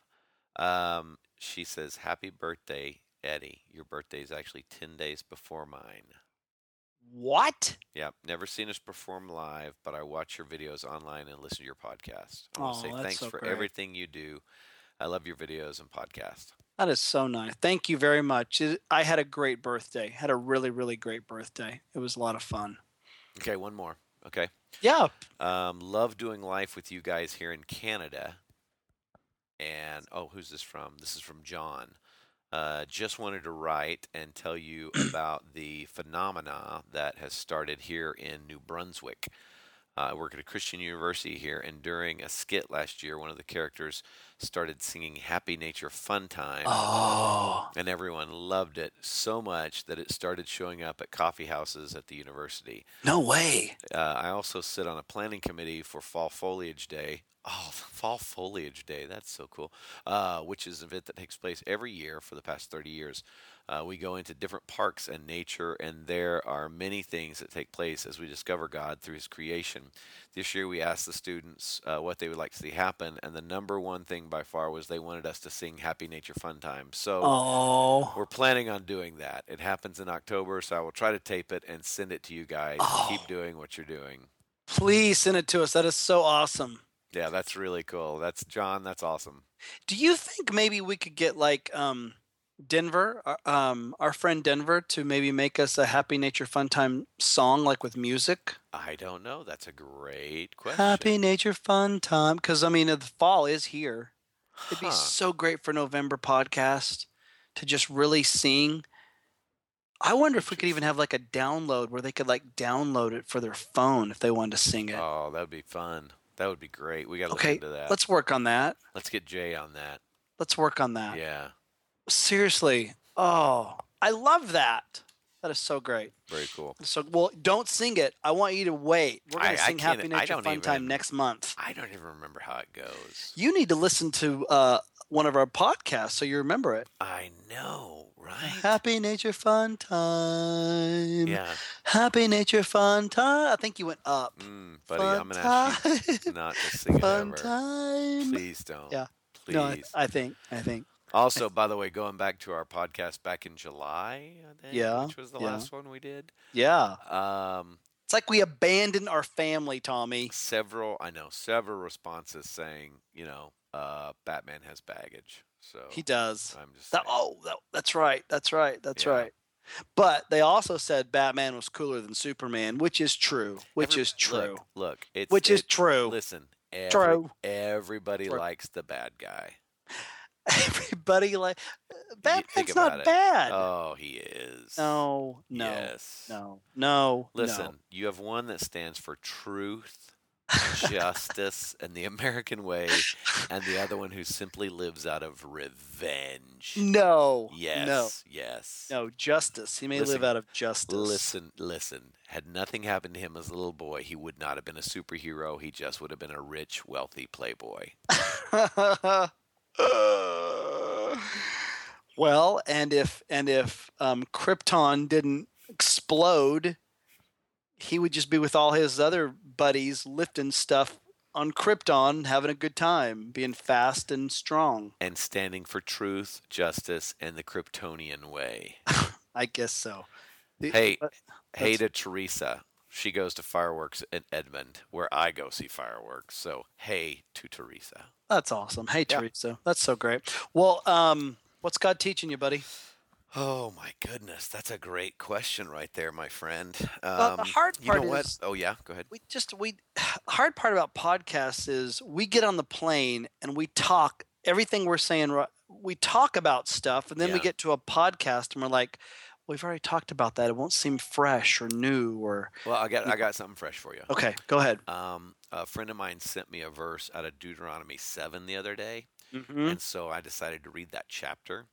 Speaker 2: Um, she says, "Happy birthday, Eddie. Your birthday is actually ten days before mine."
Speaker 1: What?
Speaker 2: Yep. Never seen us perform live, but I watch your videos online and listen to your podcast. I
Speaker 1: Aw,
Speaker 2: want to say
Speaker 1: that's
Speaker 2: thanks
Speaker 1: so
Speaker 2: for
Speaker 1: great.
Speaker 2: everything you do. I love your videos and podcast.
Speaker 1: That is so nice. Thank you very much. It- I had a great birthday. Had a really, really great birthday. It was a lot of fun.
Speaker 2: Okay, one more. Okay.
Speaker 1: Yeah.
Speaker 2: Um, love doing life with you guys here in Canada. And oh, who's this from? This is from John. Uh, just wanted to write and tell you about the phenomena that has started here in New Brunswick. Uh, I work at a Christian university here, and during a skit last year, one of the characters started singing Happy Nature Fun Time
Speaker 1: Oh.
Speaker 2: and everyone loved it so much that it started showing up at coffee houses at the university.
Speaker 1: No way.
Speaker 2: Uh, I also sit on a planning committee for Fall Foliage Day. Oh, Fall Foliage Day. That's so cool. Uh, which is an event that takes place every year for the past 30 years. Uh, we go into different parks and nature, and there are many things that take place as we discover God through His creation. This year, we asked the students uh, what they would like to see happen, and the number one thing by far was they wanted us to sing Happy Nature Fun Time. So.
Speaker 1: Oh.
Speaker 2: We're planning on doing that. It happens in October, so I will try to tape it and send it to you guys.
Speaker 1: Oh.
Speaker 2: Keep doing what you're doing.
Speaker 1: Please send it to us. That is so awesome.
Speaker 2: Yeah, that's really cool. That's John. That's awesome.
Speaker 1: Do you think maybe we could get like um Denver, our- um, our friend Denver, to maybe make us a Happy Nature Fun Time song, like with music?
Speaker 2: I don't know. That's a great question.
Speaker 1: Happy Nature Fun Time. Because, I mean, the fall is here. It'd be
Speaker 2: Huh.
Speaker 1: so great for November podcast to just really sing. I wonder if we could even have like a download where they could like download it for their phone if they wanted to sing it.
Speaker 2: Oh, that would be fun. That would be great. We got to
Speaker 1: Okay,
Speaker 2: look into that.
Speaker 1: Let's work on that.
Speaker 2: Let's get Jay on that.
Speaker 1: Let's work on that.
Speaker 2: Yeah,
Speaker 1: Seriously. Oh, I love that. That is so great.
Speaker 2: very cool.
Speaker 1: So, well, don't sing it. I want you to wait. We're
Speaker 2: I- I
Speaker 1: going to sing
Speaker 2: can't-
Speaker 1: Happy
Speaker 2: I
Speaker 1: Nature
Speaker 2: don't
Speaker 1: Fun Time
Speaker 2: even-
Speaker 1: next month.
Speaker 2: I don't even remember how it goes.
Speaker 1: You need to listen to uh, one of our podcasts so you remember it.
Speaker 2: I know, right?
Speaker 1: Happy Nature Fun Time.
Speaker 2: Yeah.
Speaker 1: Happy Nature Fun Time. I think you went up.
Speaker 2: Mm, buddy,
Speaker 1: fun
Speaker 2: I'm gonna ask you
Speaker 1: time.
Speaker 2: not to sing it
Speaker 1: Fun
Speaker 2: ever.
Speaker 1: time.
Speaker 2: Please don't.
Speaker 1: Yeah.
Speaker 2: Please.
Speaker 1: No, I, I think. I think.
Speaker 2: Also, by the way, going back to our podcast back in July, I think,
Speaker 1: Yeah,
Speaker 2: which was the
Speaker 1: yeah.
Speaker 2: last one we did.
Speaker 1: Yeah.
Speaker 2: Um,
Speaker 1: It's like we abandoned our family, Tommy.
Speaker 2: several, I know, several responses saying, you know, uh, Batman has baggage. So
Speaker 1: He does.
Speaker 2: I'm just
Speaker 1: That,
Speaker 2: saying,
Speaker 1: oh, that, that's right. That's right. That's
Speaker 2: Yeah.
Speaker 1: right. But they also said Batman was cooler than Superman, which is true. Which
Speaker 2: every-
Speaker 1: is true.
Speaker 2: Look, look it's
Speaker 1: which is
Speaker 2: it-
Speaker 1: true.
Speaker 2: Listen, every,
Speaker 1: True.
Speaker 2: Everybody
Speaker 1: True.
Speaker 2: likes the bad guy.
Speaker 1: Everybody like uh, Batman's
Speaker 2: about
Speaker 1: not
Speaker 2: it.
Speaker 1: bad.
Speaker 2: Oh, he is.
Speaker 1: no, no,
Speaker 2: Yes.
Speaker 1: no, no.
Speaker 2: Listen,
Speaker 1: no.
Speaker 2: you have one that stands for truth, justice, and the American way, and the other one who simply lives out of revenge.
Speaker 1: No.
Speaker 2: Yes.
Speaker 1: No.
Speaker 2: Yes.
Speaker 1: No. Justice. He may live
Speaker 2: Listen.
Speaker 1: out of justice.
Speaker 2: Listen, listen. Had nothing happened to him as a little boy, he would not have been a superhero. He just would have been a rich, wealthy playboy.
Speaker 1: well, and if and if um, Krypton didn't explode, he would just be with all his other buddies lifting stuff on Krypton, having a good time, being fast and strong.
Speaker 2: And standing for truth, justice, and the Kryptonian way.
Speaker 1: I guess so. The-
Speaker 2: Hey,
Speaker 1: but-
Speaker 2: hey
Speaker 1: that's-
Speaker 2: to Teresa. She goes to fireworks in Edmond, where I go see fireworks. So, hey to Teresa.
Speaker 1: That's awesome. Hey,
Speaker 2: Yeah.
Speaker 1: Teresa. That's so great. Well, um, what's God teaching you, buddy?
Speaker 2: Oh my goodness, that's a great question right there, my friend.
Speaker 1: Well, the
Speaker 2: Um,
Speaker 1: hard
Speaker 2: you know
Speaker 1: part
Speaker 2: what?
Speaker 1: is-
Speaker 2: Oh yeah, go ahead.
Speaker 1: we just we hard part about podcasts is we get on the plane and we talk everything we're saying ri- we talk about stuff and then we
Speaker 2: Yeah.
Speaker 1: get to a podcast and we're like We've already talked about that. It won't seem fresh or new or.
Speaker 2: Well, I got I got something fresh for you.
Speaker 1: Okay, go ahead.
Speaker 2: Um, a friend of mine sent me a verse out of Deuteronomy seven the other day,
Speaker 1: Mm-hmm.
Speaker 2: and so I decided to read that chapter.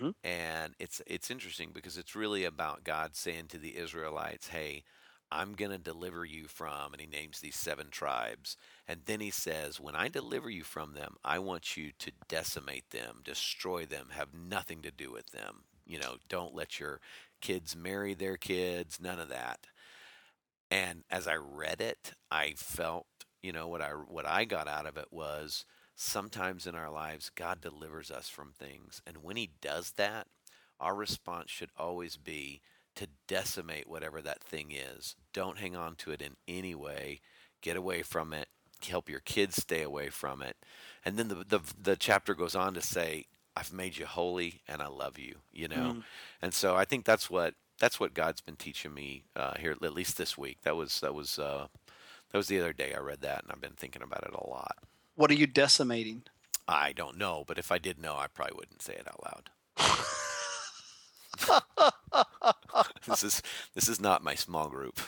Speaker 1: Mhm.
Speaker 2: And it's it's interesting because it's really about God saying to the Israelites, "Hey, I'm going to deliver you from," and He names these seven tribes, and then He says, "When I deliver you from them, I want you to decimate them, destroy them, have nothing to do with them. You know, don't let your kids marry their kids, none of that." And as I read it, I felt, you know, what I what I got out of it was sometimes in our lives, God delivers us from things. And when He does that, our response should always be to decimate whatever that thing is. Don't hang on to it in any way. Get away from it. Help your kids stay away from it. And then the, the, the chapter goes on to say, I've made you holy and I love you, you know? And so I think that's what. That's what God's been teaching me uh, here, at least this week. That was that was uh, that was the other day I read that, and I've been thinking about it a lot.
Speaker 1: What are you decimating?
Speaker 2: I don't know, but if I did know, I probably wouldn't say it out loud. this is this is not my small group.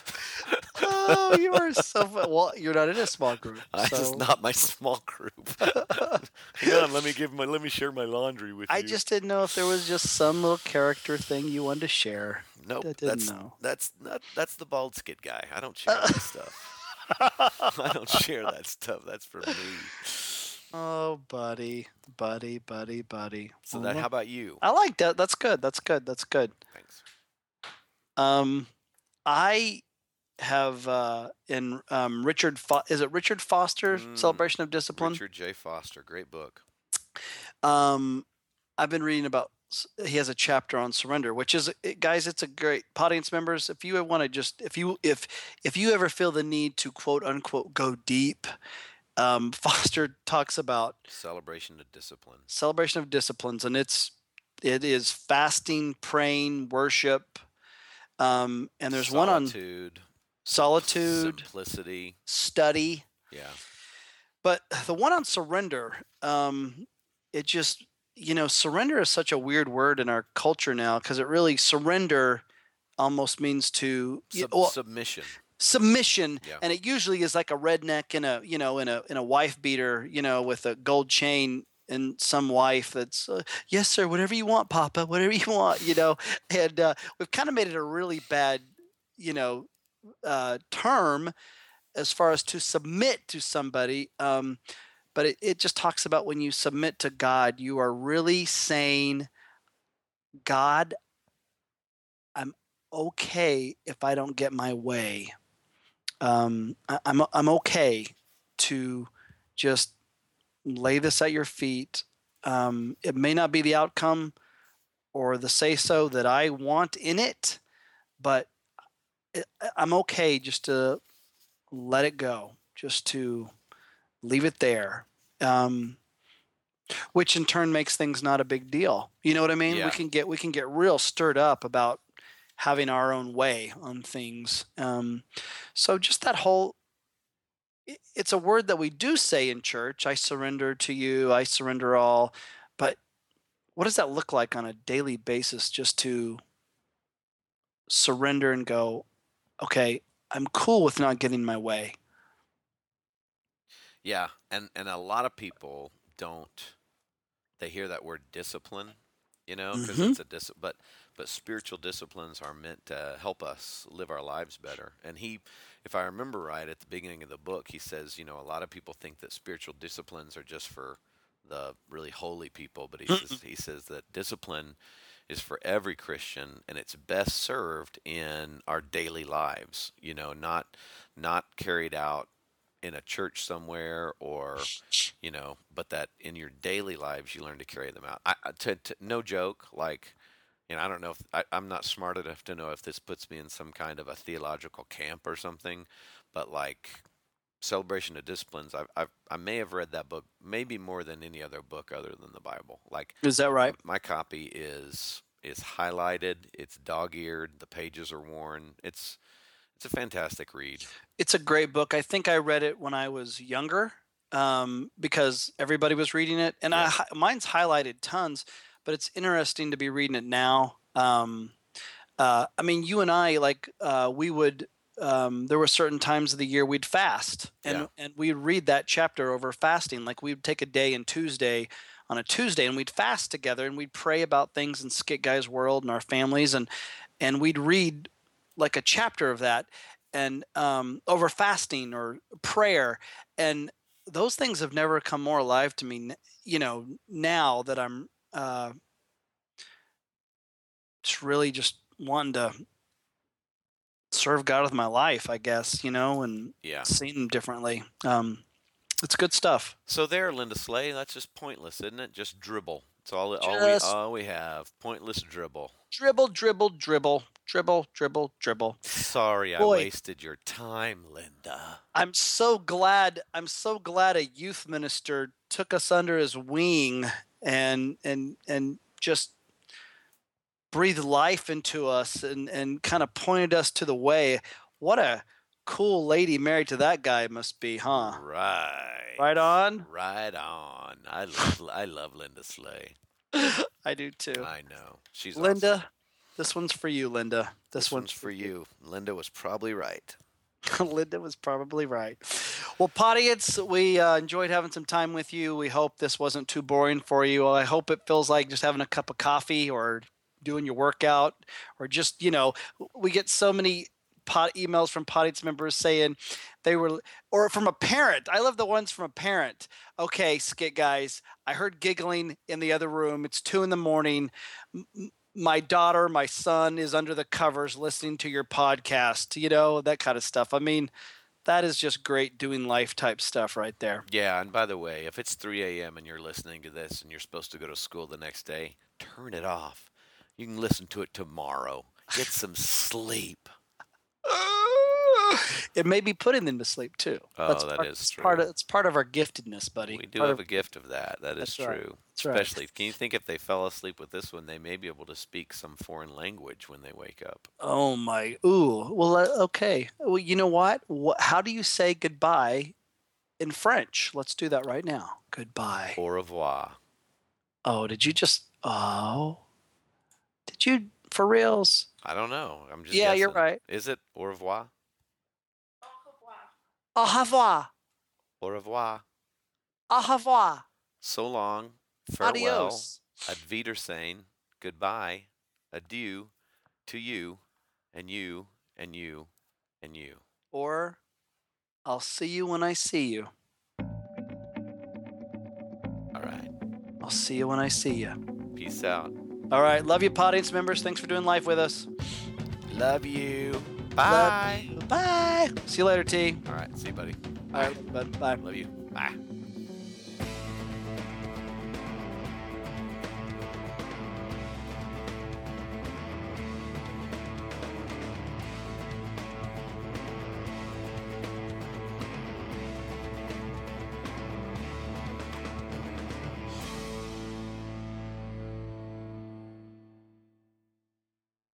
Speaker 1: Oh, you are so. fu- Well, you're not in a small group.
Speaker 2: This is
Speaker 1: so-
Speaker 2: not my small group. Hang on, let me give my let me share my laundry with
Speaker 1: I
Speaker 2: you.
Speaker 1: just didn't know if there was just some little character thing you wanted to share.
Speaker 2: nope.
Speaker 1: I didn't
Speaker 2: that's
Speaker 1: know.
Speaker 2: that's not that's the bald skid guy. I don't share that stuff. I don't share that stuff. That's for me.
Speaker 1: Oh, buddy, buddy, buddy, buddy.
Speaker 2: So
Speaker 1: Well,
Speaker 2: that
Speaker 1: look-
Speaker 2: how about you?
Speaker 1: I like that. That's good. That's good. That's good.
Speaker 2: Thanks.
Speaker 1: Um, I have uh, in um, Richard. Fo- is it Richard Foster's
Speaker 2: Mm,
Speaker 1: Celebration of Discipline?
Speaker 2: Richard J. Foster, great book.
Speaker 1: Um, I've been reading about. s- He has a chapter on surrender, which is, it, guys, it's a great. Audience members, if you want to just, if you if if you ever feel the need to quote unquote go deep, um, Foster talks about
Speaker 2: Celebration of Discipline.
Speaker 1: celebration of disciplines and it's it is fasting praying worship um, and there's one on
Speaker 2: Solitude,
Speaker 1: solitude
Speaker 2: simplicity.
Speaker 1: study
Speaker 2: Yeah.
Speaker 1: but the one on surrender um, it just you know surrender is such a weird word in our culture now because it really surrender almost means to y-
Speaker 2: Sub-
Speaker 1: well,
Speaker 2: submission.
Speaker 1: submission
Speaker 2: Yeah.
Speaker 1: and it usually is like a redneck in a you know in a in a wife beater you know with a gold chain and some wife that's uh, yes sir whatever you want papa whatever you want you know and uh, we've kind of made it a really bad you know uh, term as far as to submit to somebody um, but it, it just talks about when you submit to god you are really saying god i'm okay if i don't get my way um, I, I'm I'm okay to just lay this at your feet. Um, it may not be the outcome or the say so that I want in it, but I- I- I'm okay just to let it go, just to leave it there. Um, which in turn makes things not a big deal. You know what I mean?
Speaker 2: Yeah.
Speaker 1: We can get we can get real stirred up about having our own way on things. Um, so just that whole i- it's a word that we do say in church, I surrender to you, I surrender all, but what does that look like on a daily basis just to surrender and go, okay, I'm cool with not getting my way.
Speaker 2: Yeah, and and a lot of people don't. They hear that word discipline, you know, because
Speaker 1: Mhm.
Speaker 2: it's a dis. But but spiritual disciplines are meant to help us live our lives better. And he, if I remember right, at the beginning of the book, he says, you know, a lot of people think that spiritual disciplines are just for the really holy people, but he says, he says that discipline is for every Christian, and it's best served in our daily lives. You know, not not carried out in a church somewhere or you know but that in your daily lives you learn to carry them out I, I- to, to no joke like you know i don't know if I, i'm not smart enough to know if this puts me in some kind of a theological camp or something but like celebration of disciplines I've, I've i may have read that book maybe more than any other book other than the bible like
Speaker 1: Is that right?
Speaker 2: my copy is is highlighted it's dog-eared the pages are worn it's it's a fantastic read
Speaker 1: It's a great book. I think I read it when I was younger um, because everybody was reading it, and I
Speaker 2: Yeah.
Speaker 1: hi mine's highlighted tons. But it's interesting to be reading it now. Um, uh, I mean, you and I, like, uh, we would. Um, there were certain times of the year we'd fast, and
Speaker 2: Yeah.
Speaker 1: and we'd read that chapter over fasting. Like we'd take a day and Tuesday, on a Tuesday, and we'd fast together, and we'd pray about things in Skit Guy's world and our families, and and we'd read like a chapter of that, and um, over fasting or prayer, and those things have never come more alive to me. n- You know, now that I'm. Uh, just really just wanting to serve God with my life, I guess, you know, and
Speaker 2: Yeah.
Speaker 1: seeing him differently. Um, it's good stuff.
Speaker 2: So there, Linda Slay, that's just pointless, isn't it? Just dribble. It's all, all, we,
Speaker 1: Just-
Speaker 2: all we have. Pointless dribble.
Speaker 1: Dribble, dribble, dribble, dribble, dribble, dribble.
Speaker 2: Sorry I
Speaker 1: Boy.
Speaker 2: wasted your time, Linda.
Speaker 1: I'm so glad. I'm so glad a youth minister took us under his wing and and and just breathed life into us and and kind of pointed us to the way. What a cool lady married to that guy must be, huh?
Speaker 2: Right.
Speaker 1: Right on.
Speaker 2: Right on. I love, I love Linda Slay.
Speaker 1: I do too.
Speaker 2: I know. She's awesome.
Speaker 1: Linda, this one's for you, Linda. This,
Speaker 2: This one's for you. Linda was probably right.
Speaker 1: Linda was probably right. Well, Podiats, we uh, enjoyed having some time with you. We hope this wasn't too boring for you. I hope it feels like just having a cup of coffee or doing your workout or just, you know, we get so many pot emails from Podiats members saying they were, or from a parent. I love the ones from a parent. Okay, skit guys, I heard giggling in the other room. It's two in the morning. M- m- my daughter, my son is under the covers listening to your podcast, you know, that kind of stuff. I mean, that is just great doing life type stuff right there.
Speaker 2: Yeah, and by the way, if it's 3 a.m. and you're listening to this and you're supposed to go to school the next day, turn it off. You can listen to it tomorrow. Get some sleep.
Speaker 1: It may be putting them to sleep too.
Speaker 2: Oh,
Speaker 1: that
Speaker 2: that
Speaker 1: is
Speaker 2: is true.
Speaker 1: Part of, it's part of our giftedness, buddy.
Speaker 2: We do
Speaker 1: Part
Speaker 2: have
Speaker 1: of-
Speaker 2: a gift of that. That is
Speaker 1: That's right.
Speaker 2: true.
Speaker 1: That's right.
Speaker 2: Especially, can you think if they fell asleep with this one, they may be able to speak some foreign language when they wake up?
Speaker 1: oh my. Ooh. Well, uh, okay. Well, you know what? what? How do you say goodbye in French? Let's do that right now. Goodbye.
Speaker 2: Au revoir.
Speaker 1: Oh, did you just? Oh, did you for reals?
Speaker 2: I don't know. I'm just
Speaker 1: Yeah, you're
Speaker 2: guessing.
Speaker 1: right.
Speaker 2: Is it au revoir?
Speaker 1: Au revoir.
Speaker 2: Au revoir.
Speaker 1: Au revoir.
Speaker 2: So long. Farewell.
Speaker 1: Adios.
Speaker 2: Ad Wiedersehen, goodbye, adieu to you and you and you and you.
Speaker 1: Or I'll see you when I see you.
Speaker 2: All right.
Speaker 1: I'll see you when I see you.
Speaker 2: Peace out.
Speaker 1: All right. Love you, audience members. Thanks for doing life with us.
Speaker 2: Love you. Bye.
Speaker 1: Bye. See you later, T.
Speaker 2: All right. See you, buddy.
Speaker 1: All right. Bud. Bye.
Speaker 2: Love you. Bye.